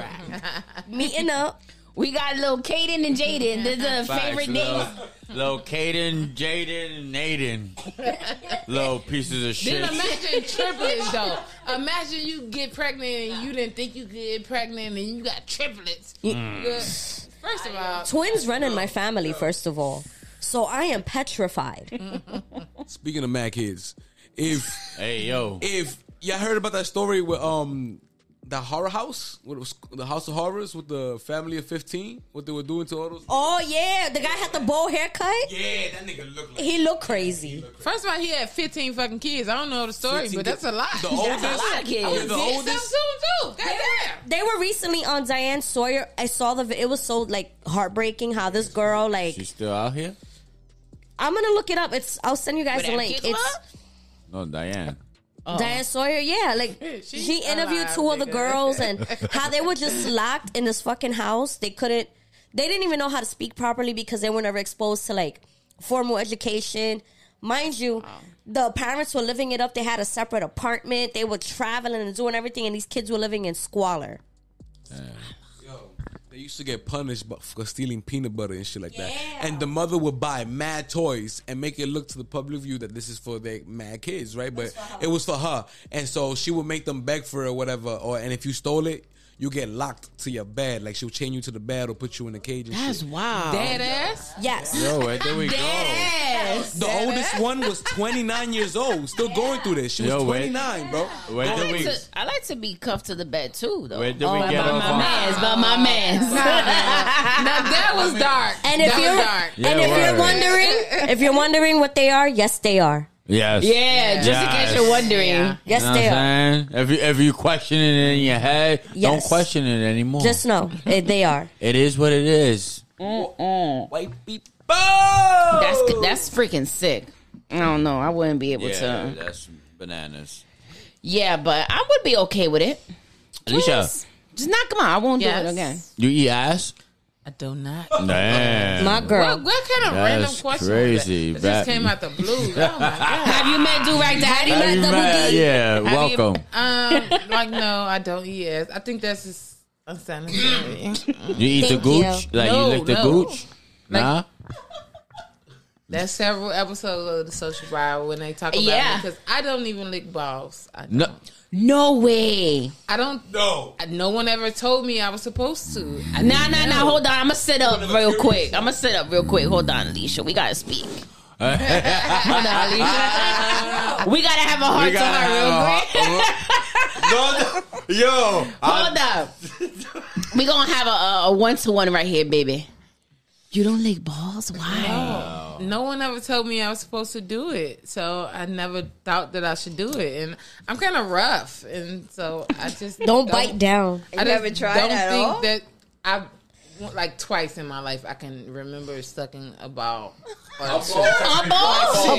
S1: meeting up.
S4: We got little Kaden and Jaden. They're the favorite
S5: little,
S4: names.
S5: little Caden, Jaden, and Naden. little pieces of shit.
S2: Then imagine triplets though. Imagine you get pregnant and you didn't think you could get pregnant and you got triplets.
S5: Mm.
S2: Good. First of all,
S1: Twins run in my family, first of all. So I am petrified.
S7: Speaking of mad kids, if
S5: Hey, yo.
S7: if y'all heard about that story with um the horror house, what it was, the house of horrors with the family of fifteen, what they were doing to all those.
S1: Oh yeah, the guy had the bowl haircut.
S7: Yeah, that nigga looked like.
S1: He looked crazy.
S2: first of all, he had 15 fucking kids. I don't know the story,
S7: 15
S2: but that's a lot.
S7: The oldest,
S4: lot of kids.
S7: Yeah, the
S2: Did
S7: oldest.
S2: some soon too. Goddamn.
S1: They were recently on Diane Sawyer. I saw the. vi- It was so like heartbreaking how this girl like.
S5: She's still out here?
S1: I'm gonna look it up. It's. I'll send you guys the
S4: that
S1: link.
S4: kid
S1: It's
S5: No, Diane.
S1: Diane Sawyer, yeah, like
S2: Oh. She's
S1: she interviewed
S2: alive,
S1: two other
S2: nigga.
S1: girls and how they were just locked in this fucking house. They couldn't, they didn't even know how to speak properly because they were never exposed to like formal education. Mind you, the parents were living it up. They had a separate apartment. They were traveling and doing everything, and these kids were living in squalor.
S7: Yo, They used to get punished bu- for stealing peanut butter and shit like that. And the mother would buy mad toys and make it look to the public view that this is for their mad kids, right? But it was for her. And so she would make them beg for it or whatever. Or And if you stole it, you get locked to your bed. Like she'll chain you to the bed or put you in a cage and shit.
S4: wow.
S2: Dead ass. Oh.
S1: Yes.
S5: Yo, Oh, where did we go?
S4: Yes.
S7: The oldest one was 29 years old, still going through this. She
S5: Yo,
S7: was
S5: wait.
S7: 29, bro.
S5: Where
S4: I
S5: did
S4: like,
S5: we,
S4: to, I like to be cuffed to the bed too, though.
S5: where did
S4: Oh,
S5: we
S4: by
S5: get off
S4: my
S5: on?
S4: man's, by my man's.
S2: Now that was dark.
S1: And if
S2: that
S1: you're
S2: was dark.
S5: Yeah,
S1: and if
S5: word.
S1: you're wondering, if you're wondering what they are, yes, they are.
S5: Yes.
S4: Yeah, just in
S5: Yes.
S4: case you're wondering.
S1: Yes,
S5: You know what
S1: they are.
S5: I'm saying? If you if you question it in your head, don't
S1: Yes.
S5: question it anymore.
S1: Just know eh, they are.
S5: it is what it is.
S4: Mm.
S7: White people.
S4: That's
S5: Oh.
S4: that's freaking sick. I don't know. I wouldn't be able
S5: Yeah,
S4: to.
S5: that's bananas.
S4: Yeah, but I would be okay with it.
S5: Alicia,
S4: Just knock them out. I won't
S2: Yes.
S4: do it again.
S5: you eat ass?
S2: I do not.
S5: Damn.
S1: My
S2: What,
S1: girl.
S2: what kind of
S5: That's
S2: random question?
S5: crazy,
S2: Was that? It
S5: Bat-
S2: just came out the blue. Oh my
S4: Have you met Durag Daddy?
S5: Have you met- yeah,
S4: Have you-
S5: welcome.
S2: Um, like no, I don't. Yes, I think that's just unsanitary.
S5: You eat the
S1: Thank you.
S5: gooch? Like
S2: No,
S5: you lick the
S2: no.
S5: gooch? Nah.
S2: That's several episodes of the social bar when they talk about
S4: Yeah.
S2: it because I don't even lick balls. I don't.
S5: No,
S4: No way.
S2: I don't
S3: No.
S2: I- no one ever told me I was supposed to. I
S4: Nah,
S2: didn't
S4: nah, nah.
S2: know.
S4: Hold on. I'm gonna sit up real quick. I'm gonna sit up real quick. Hold on, Alicia. We gotta speak. Hold on, Alicia. we gotta have a heart
S5: We
S4: to
S5: gotta
S4: heart
S5: have
S4: real
S5: a
S4: quick.
S5: heart- no, no, yo, I-
S4: Hold up. we gonna have a- a one to one right here, baby. You don't lick balls? Why?
S2: No one ever told me I was supposed to do it, so I never thought that I should do it. And I'm kind of rough, and so I just
S1: Don't bite down.
S2: I
S8: You
S2: just
S8: never tried
S2: don't
S8: at
S2: think
S8: all?
S2: that I like twice in my life I can remember sucking a ball. Or a
S4: A ball?
S1: A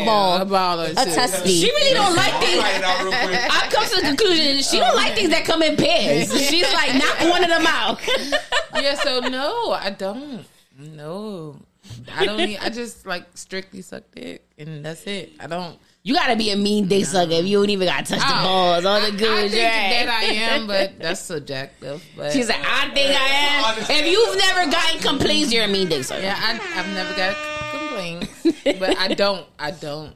S1: ball.
S2: A ball or two.
S1: A testy.
S4: She really don't like
S3: I'll
S4: things.
S3: write it out real quick.
S4: I've come to the conclusion that she don't like things that come in pairs. She's like, knock one of them out.
S2: Yeah, so no, I don't. No. I don't need, I just like strictly suck dick and that's it. I don't
S4: You gotta be a mean dick sucker if you don't even gotta touch the
S2: Oh,
S4: balls or
S2: I-
S4: the
S2: I
S4: good
S2: think that I am, but that's subjective. But
S4: She's like, I think I am. If you've never gotten complaints, you're a mean dick sucker.
S2: yeah, I, I've never got complaints, but I don't, I don't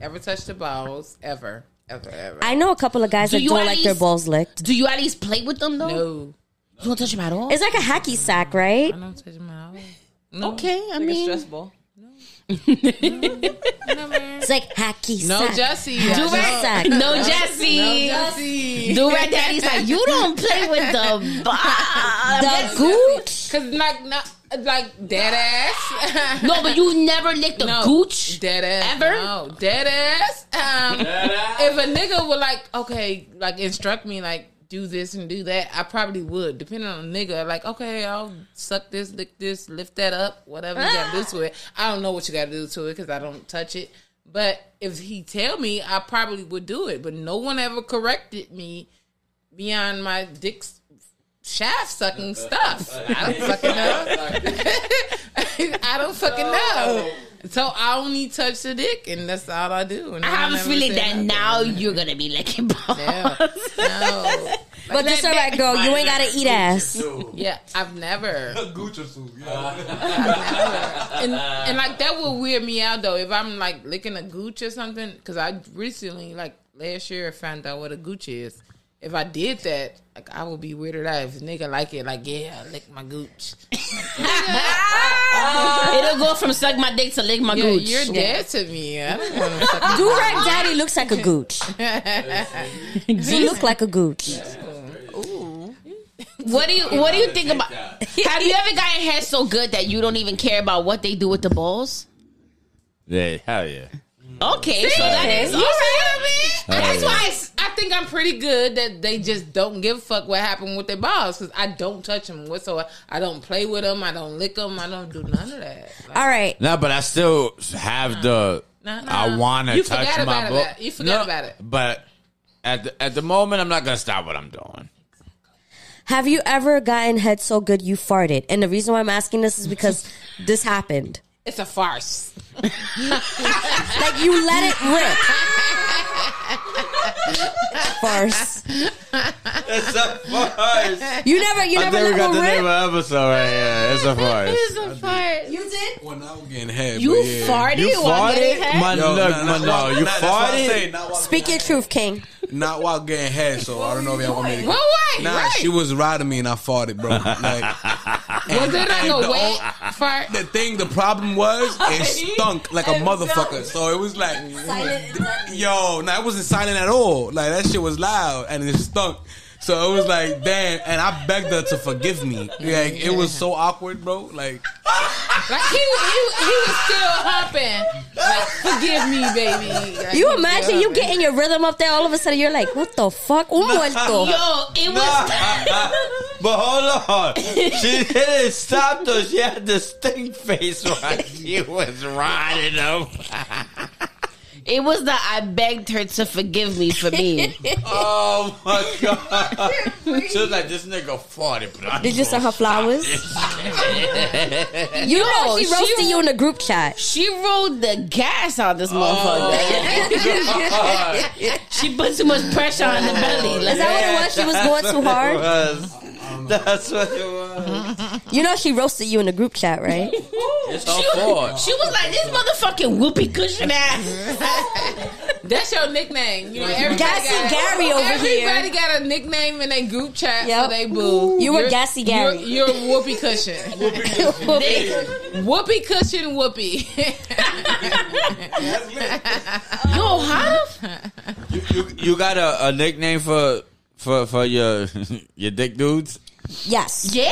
S2: ever touch the balls ever, ever, ever.
S1: I know a couple of guys
S4: Do
S1: that
S4: you
S1: don't
S4: at
S1: like their
S4: least-
S1: balls licked.
S4: Do you at least play with them though?
S2: no,
S4: You don't touch them at all.
S1: It's like a hacky sack, right?
S2: I Oh. don't touch my balls.
S4: okay, I mean,
S8: Stress ball.
S1: It's like hacky
S2: No,
S1: sack.
S2: Jesse,
S1: hacky
S2: Do
S4: it.
S1: sack.
S4: no Jesse.
S2: Jesse,
S4: Do right daddy's like, you don't play with the
S1: The
S4: balls.
S1: gooch.
S2: cause like not like dead ass.
S4: No, but you never licked a
S2: No.
S4: gooch.
S2: Dead ass.
S4: Ever?
S2: No. Dead ass. Um, if a nigga would like, okay, like instruct me, like do this and do that, I probably would. Depending on the nigga, like, okay, I'll suck this, lick this, lift that up, whatever you gotta do to it. I don't know what you gotta do to it because I don't touch it. But if he tell me, I probably would do it. But no one ever corrected me beyond my dick's shaft sucking stuff. I don't fucking know. I don't fucking know. So I only touch the dick, and that's all I do. And
S4: I have a
S2: never
S4: feeling
S2: said
S4: that
S2: nothing.
S4: now you're gonna be licking balls.
S2: Yeah. No.
S1: But that's all right, girl. You ain't gotta eat ass.
S2: Yeah, I've never.
S3: Gucci suit. You know?
S2: and, and like that would weird me out though if I'm like licking a gooch or something because I recently like last year found out what a gooch is. If I did that, like I would be weirded out if a nigga like it. Like yeah, I lick my gooch.
S4: It'll go from suck my dick to lick my
S2: Yeah,
S4: gooch.
S2: you're dead to me. I don't want to suck.
S1: Do rag daddy looks like a gooch. he look like a gooch.
S4: What do you What do you think about? Have you ever gotten head so good that you don't even care about what they do with the balls?
S5: yeah, hell yeah.
S4: Okay, so that is all
S2: You see
S4: right.
S2: what I mean? That's why it's- I think I'm pretty good that they just don't give a fuck what happened with their balls because I don't touch them whatsoever. I don't play with them. I don't lick them. I don't do none of that. Like,
S1: All right.
S5: No, but I still have the.
S2: Nah, nah.
S5: I want to
S2: You
S5: touch
S2: forgot
S5: my
S2: about it,
S5: book.
S2: that- you forgot about it.
S5: But at the, at the moment, I'm not gonna stop what I'm doing.
S1: Have you ever gotten head so good you farted? And the reason why I'm asking this is because this happened.
S2: It's a farce.
S1: Like you let it rip. Farce.
S5: It's a farce.
S1: You never, you
S5: I
S1: never
S5: think we
S1: let
S5: got the
S1: one rip.
S5: name of the episode right here. It's a farce.
S1: You did.
S7: Well, now I'm getting head.
S4: You
S7: but yeah.
S4: farted.
S5: You
S4: while getting
S5: farted,
S4: head?
S5: my
S7: Yo,
S5: look,
S7: nah,
S5: my
S7: that's
S5: no,
S7: why-
S5: you
S7: nah, that's why I say,
S5: farted.
S7: Not while,
S1: Speak your truth, King.
S7: not while getting head, so I don't know if y'all want me to.
S2: Well, right,
S7: Nah,
S2: right.
S7: she was riding me and I farted, bro. Like,
S2: was it like a
S7: the
S2: wet fart?
S7: the thing, the problem was it stunk like a motherfucker. So it was like, yo, nah, it wasn't silent at all. Like that shit was loud and it stunk. So it was like, damn. And I begged her to forgive me. Like it was so awkward, bro. Like
S2: Like he, was- he, was- he was still humping. Like, forgive me, baby. Like,
S1: You
S2: he
S1: imagine
S2: still
S1: you
S2: humping.
S1: getting your rhythm up there, all of a sudden you're like, what the fuck? Un muerto.
S4: Yo, it was.
S5: But hold on, she didn't stop though. She had the stink face while she was riding them.
S4: It was the I begged her to forgive me for me.
S5: Oh my god! She was like, "This nigga farted." But I
S1: Did you send her flowers? You know she roasted you in the group chat.
S4: she rolled the gas on this motherfucker. Oh. she put too much pressure on the belly.
S1: Is that what it was? She was going too hard.
S5: was. That's what it was.
S1: You know she roasted you in the group chat, right?
S5: It's her fault.
S4: She was like, this motherfucking whoopee cushion ass.
S2: That's your nickname. You know, everybody
S1: Gassy
S2: got,
S1: Gary over
S2: everybody
S1: here.
S2: got a nickname in their group chat
S1: Yep.
S2: for they boo.
S1: You were
S2: You're-
S1: Gassy Gary.
S2: You're, you're whoopee cushion. whoopee cushion whoopee.
S3: That's lit.
S4: Yo, how the
S5: You, you, you got a, a nickname for for for your your dick dudes?
S1: Yes.
S4: Yeah.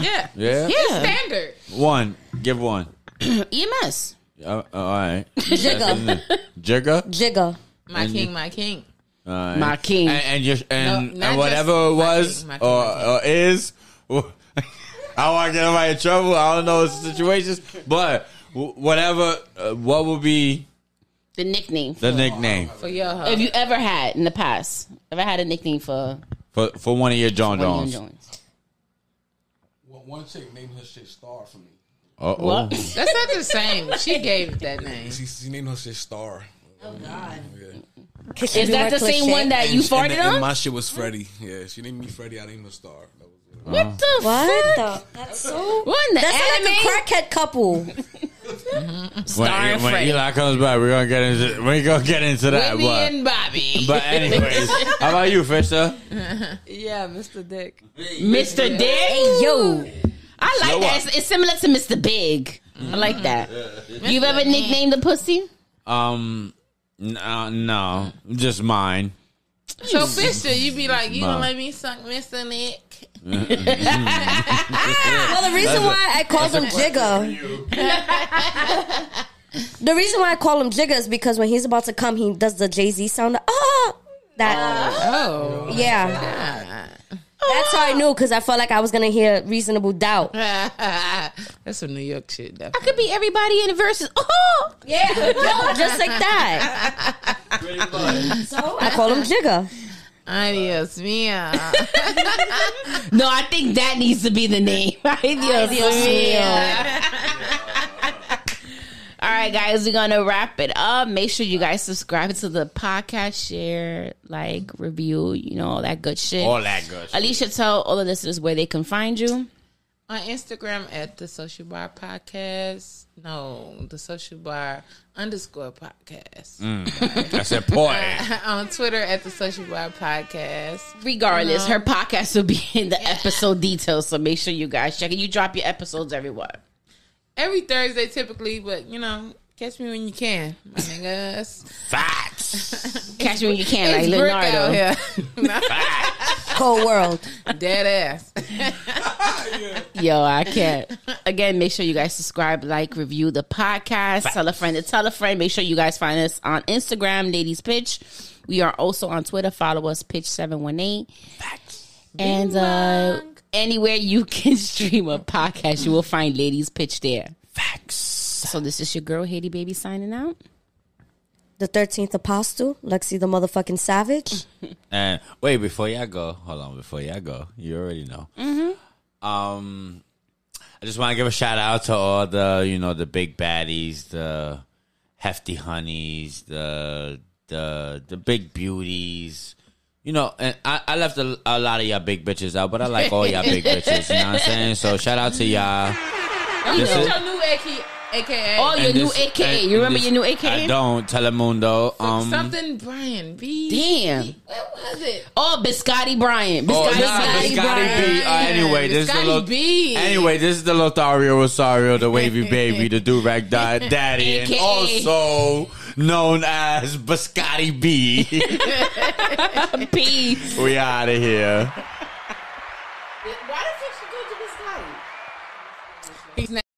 S2: yeah.
S5: Yeah.
S2: It's
S4: Yeah.
S2: standard.
S5: One. Give one.
S4: E EMS.
S5: Uh, all right.
S1: Jigga.
S5: Jigga.
S1: Jigga.
S2: My king, my king.
S5: All right.
S4: My king.
S5: And and, your, and,
S2: No, not
S5: and whatever
S2: just
S5: it was
S2: my king, my king,
S5: or,
S2: my king.
S5: or is, I don't want to get nobody in trouble. I don't know the situations, but wh- whatever. Uh, what would be
S4: The nickname.
S5: the nickname
S2: For your hoe.
S4: Have you ever had in the past? Ever had a nickname for
S5: for for one of your John
S4: one of
S5: Jones?
S4: your joints?
S7: One one chick named her shit Star for me.
S5: Uh oh.
S4: What?
S2: That's not the same. She gave it that name.
S7: She, she named her shit Star. Oh God!
S1: Is
S4: Is that the same one that you farted
S7: and,
S4: on?
S7: my shit was Freddie. Yeah, she named me Freddie. I named her Star. That was it.
S4: what the
S1: What
S4: fuck?
S1: the? That's so.
S4: What in the
S1: That's
S4: anime?
S1: like a crackhead couple.
S5: When,
S4: Starring
S5: when
S4: Freddy.
S5: Eli comes back, we're gonna get into we're gonna get into that.
S2: Whitney
S5: But,
S2: and Bobby.
S5: but anyways, how about you, Fisher?
S8: Yeah, Mr. Dick.
S4: Mr. Dick?
S1: Hey yo,
S4: I like
S5: Slow
S4: that.
S5: up.
S4: It's, it's similar to Mr. Big. I like that. You've ever nicknamed a pussy?
S5: Um, n- uh, no, just mine.
S2: so Fisher, you be like, you
S5: Ma.
S2: gonna let me suck Mr. Nick? Ah.
S1: well the reason why I called him Jigga. the reason why I call him Jigga is because when he's about to come, he does the Jay Z sound. Ah, that
S2: Oh.
S1: yeah. That's how I knew because I felt like I was gonna hear reasonable doubt.
S2: That's some New York shit. That
S4: Could be everybody in the verses. Oh,
S1: Yeah, yo, just like that. So I call him Jigga.
S2: Adios, mia.
S4: no, I think that needs to be the name. Ideas All right, guys, we're gonna wrap it up. Make sure you guys subscribe to the podcast, share, like, review, you know, all that good shit.
S5: All that good. shit.
S4: Alicia, tell all the listeners where they can find you.
S2: On Instagram at the Social Bar Podcast. No, the Social Bar underscore podcast.
S5: That's important.
S2: On Twitter at the Social Bar Podcast.
S4: Regardless,
S2: Uh-huh.
S4: her podcast will be in the episode details, so make sure you guys check it. You drop your episodes everywhere.
S2: Every Thursday, typically, but you know, catch me when you can, my niggas.
S5: Facts.
S4: Catch me when you can, like
S2: It's brick out
S4: Leonardo.
S2: here.
S1: Cold world.
S2: Dead ass.
S4: Yo, I can't. Again, make sure you guys subscribe, like, review the podcast. Tell a friend to tell a friend. Make sure you guys find us on Instagram, Ladies Pitch. We are also on Twitter. Follow us, Pitch Seven One Eight. And uh, anywhere you can stream a podcast, you will find Ladies Pitch there. Facts. So this is your girl, Haiti Baby, signing out.
S1: The thirteenth apostle, Lexi the motherfucking savage.
S5: And wait, before y'all go, hold on. Before y'all go, you already know.
S4: Mm-hmm.
S5: Um, I just want to give a shout out to all the you know the big baddies, the hefty honeys, the the the big beauties. You know, and I, I left a, a lot of y'all big bitches out, but I like all y'all big bitches. You know what I'm saying? So shout out to y'all.
S2: What's
S5: This is-
S2: your new AK, AKA?
S4: Oh, your
S5: and
S4: new
S5: this-
S4: AKA.
S5: and
S4: you remember
S5: this-
S4: your new AKA?
S5: I don't. Telemundo. Um,
S2: Something, Brian B.
S4: Damn.
S2: What was it?
S4: Oh, Biscotti Bryant.
S5: Oh,
S4: Biscotti,
S5: nah,
S4: Biscotti
S5: Biscotti
S4: Bryant.
S5: B. Uh, anyway, this is
S2: Biscotti
S5: the Lo-
S2: B.
S5: anyway, this is the Lothario Rosario, the wavy baby, the do rag daddy, and
S4: AKA.
S5: also known as Biscotti B.
S4: Peace.
S5: we out of here.
S2: He's not.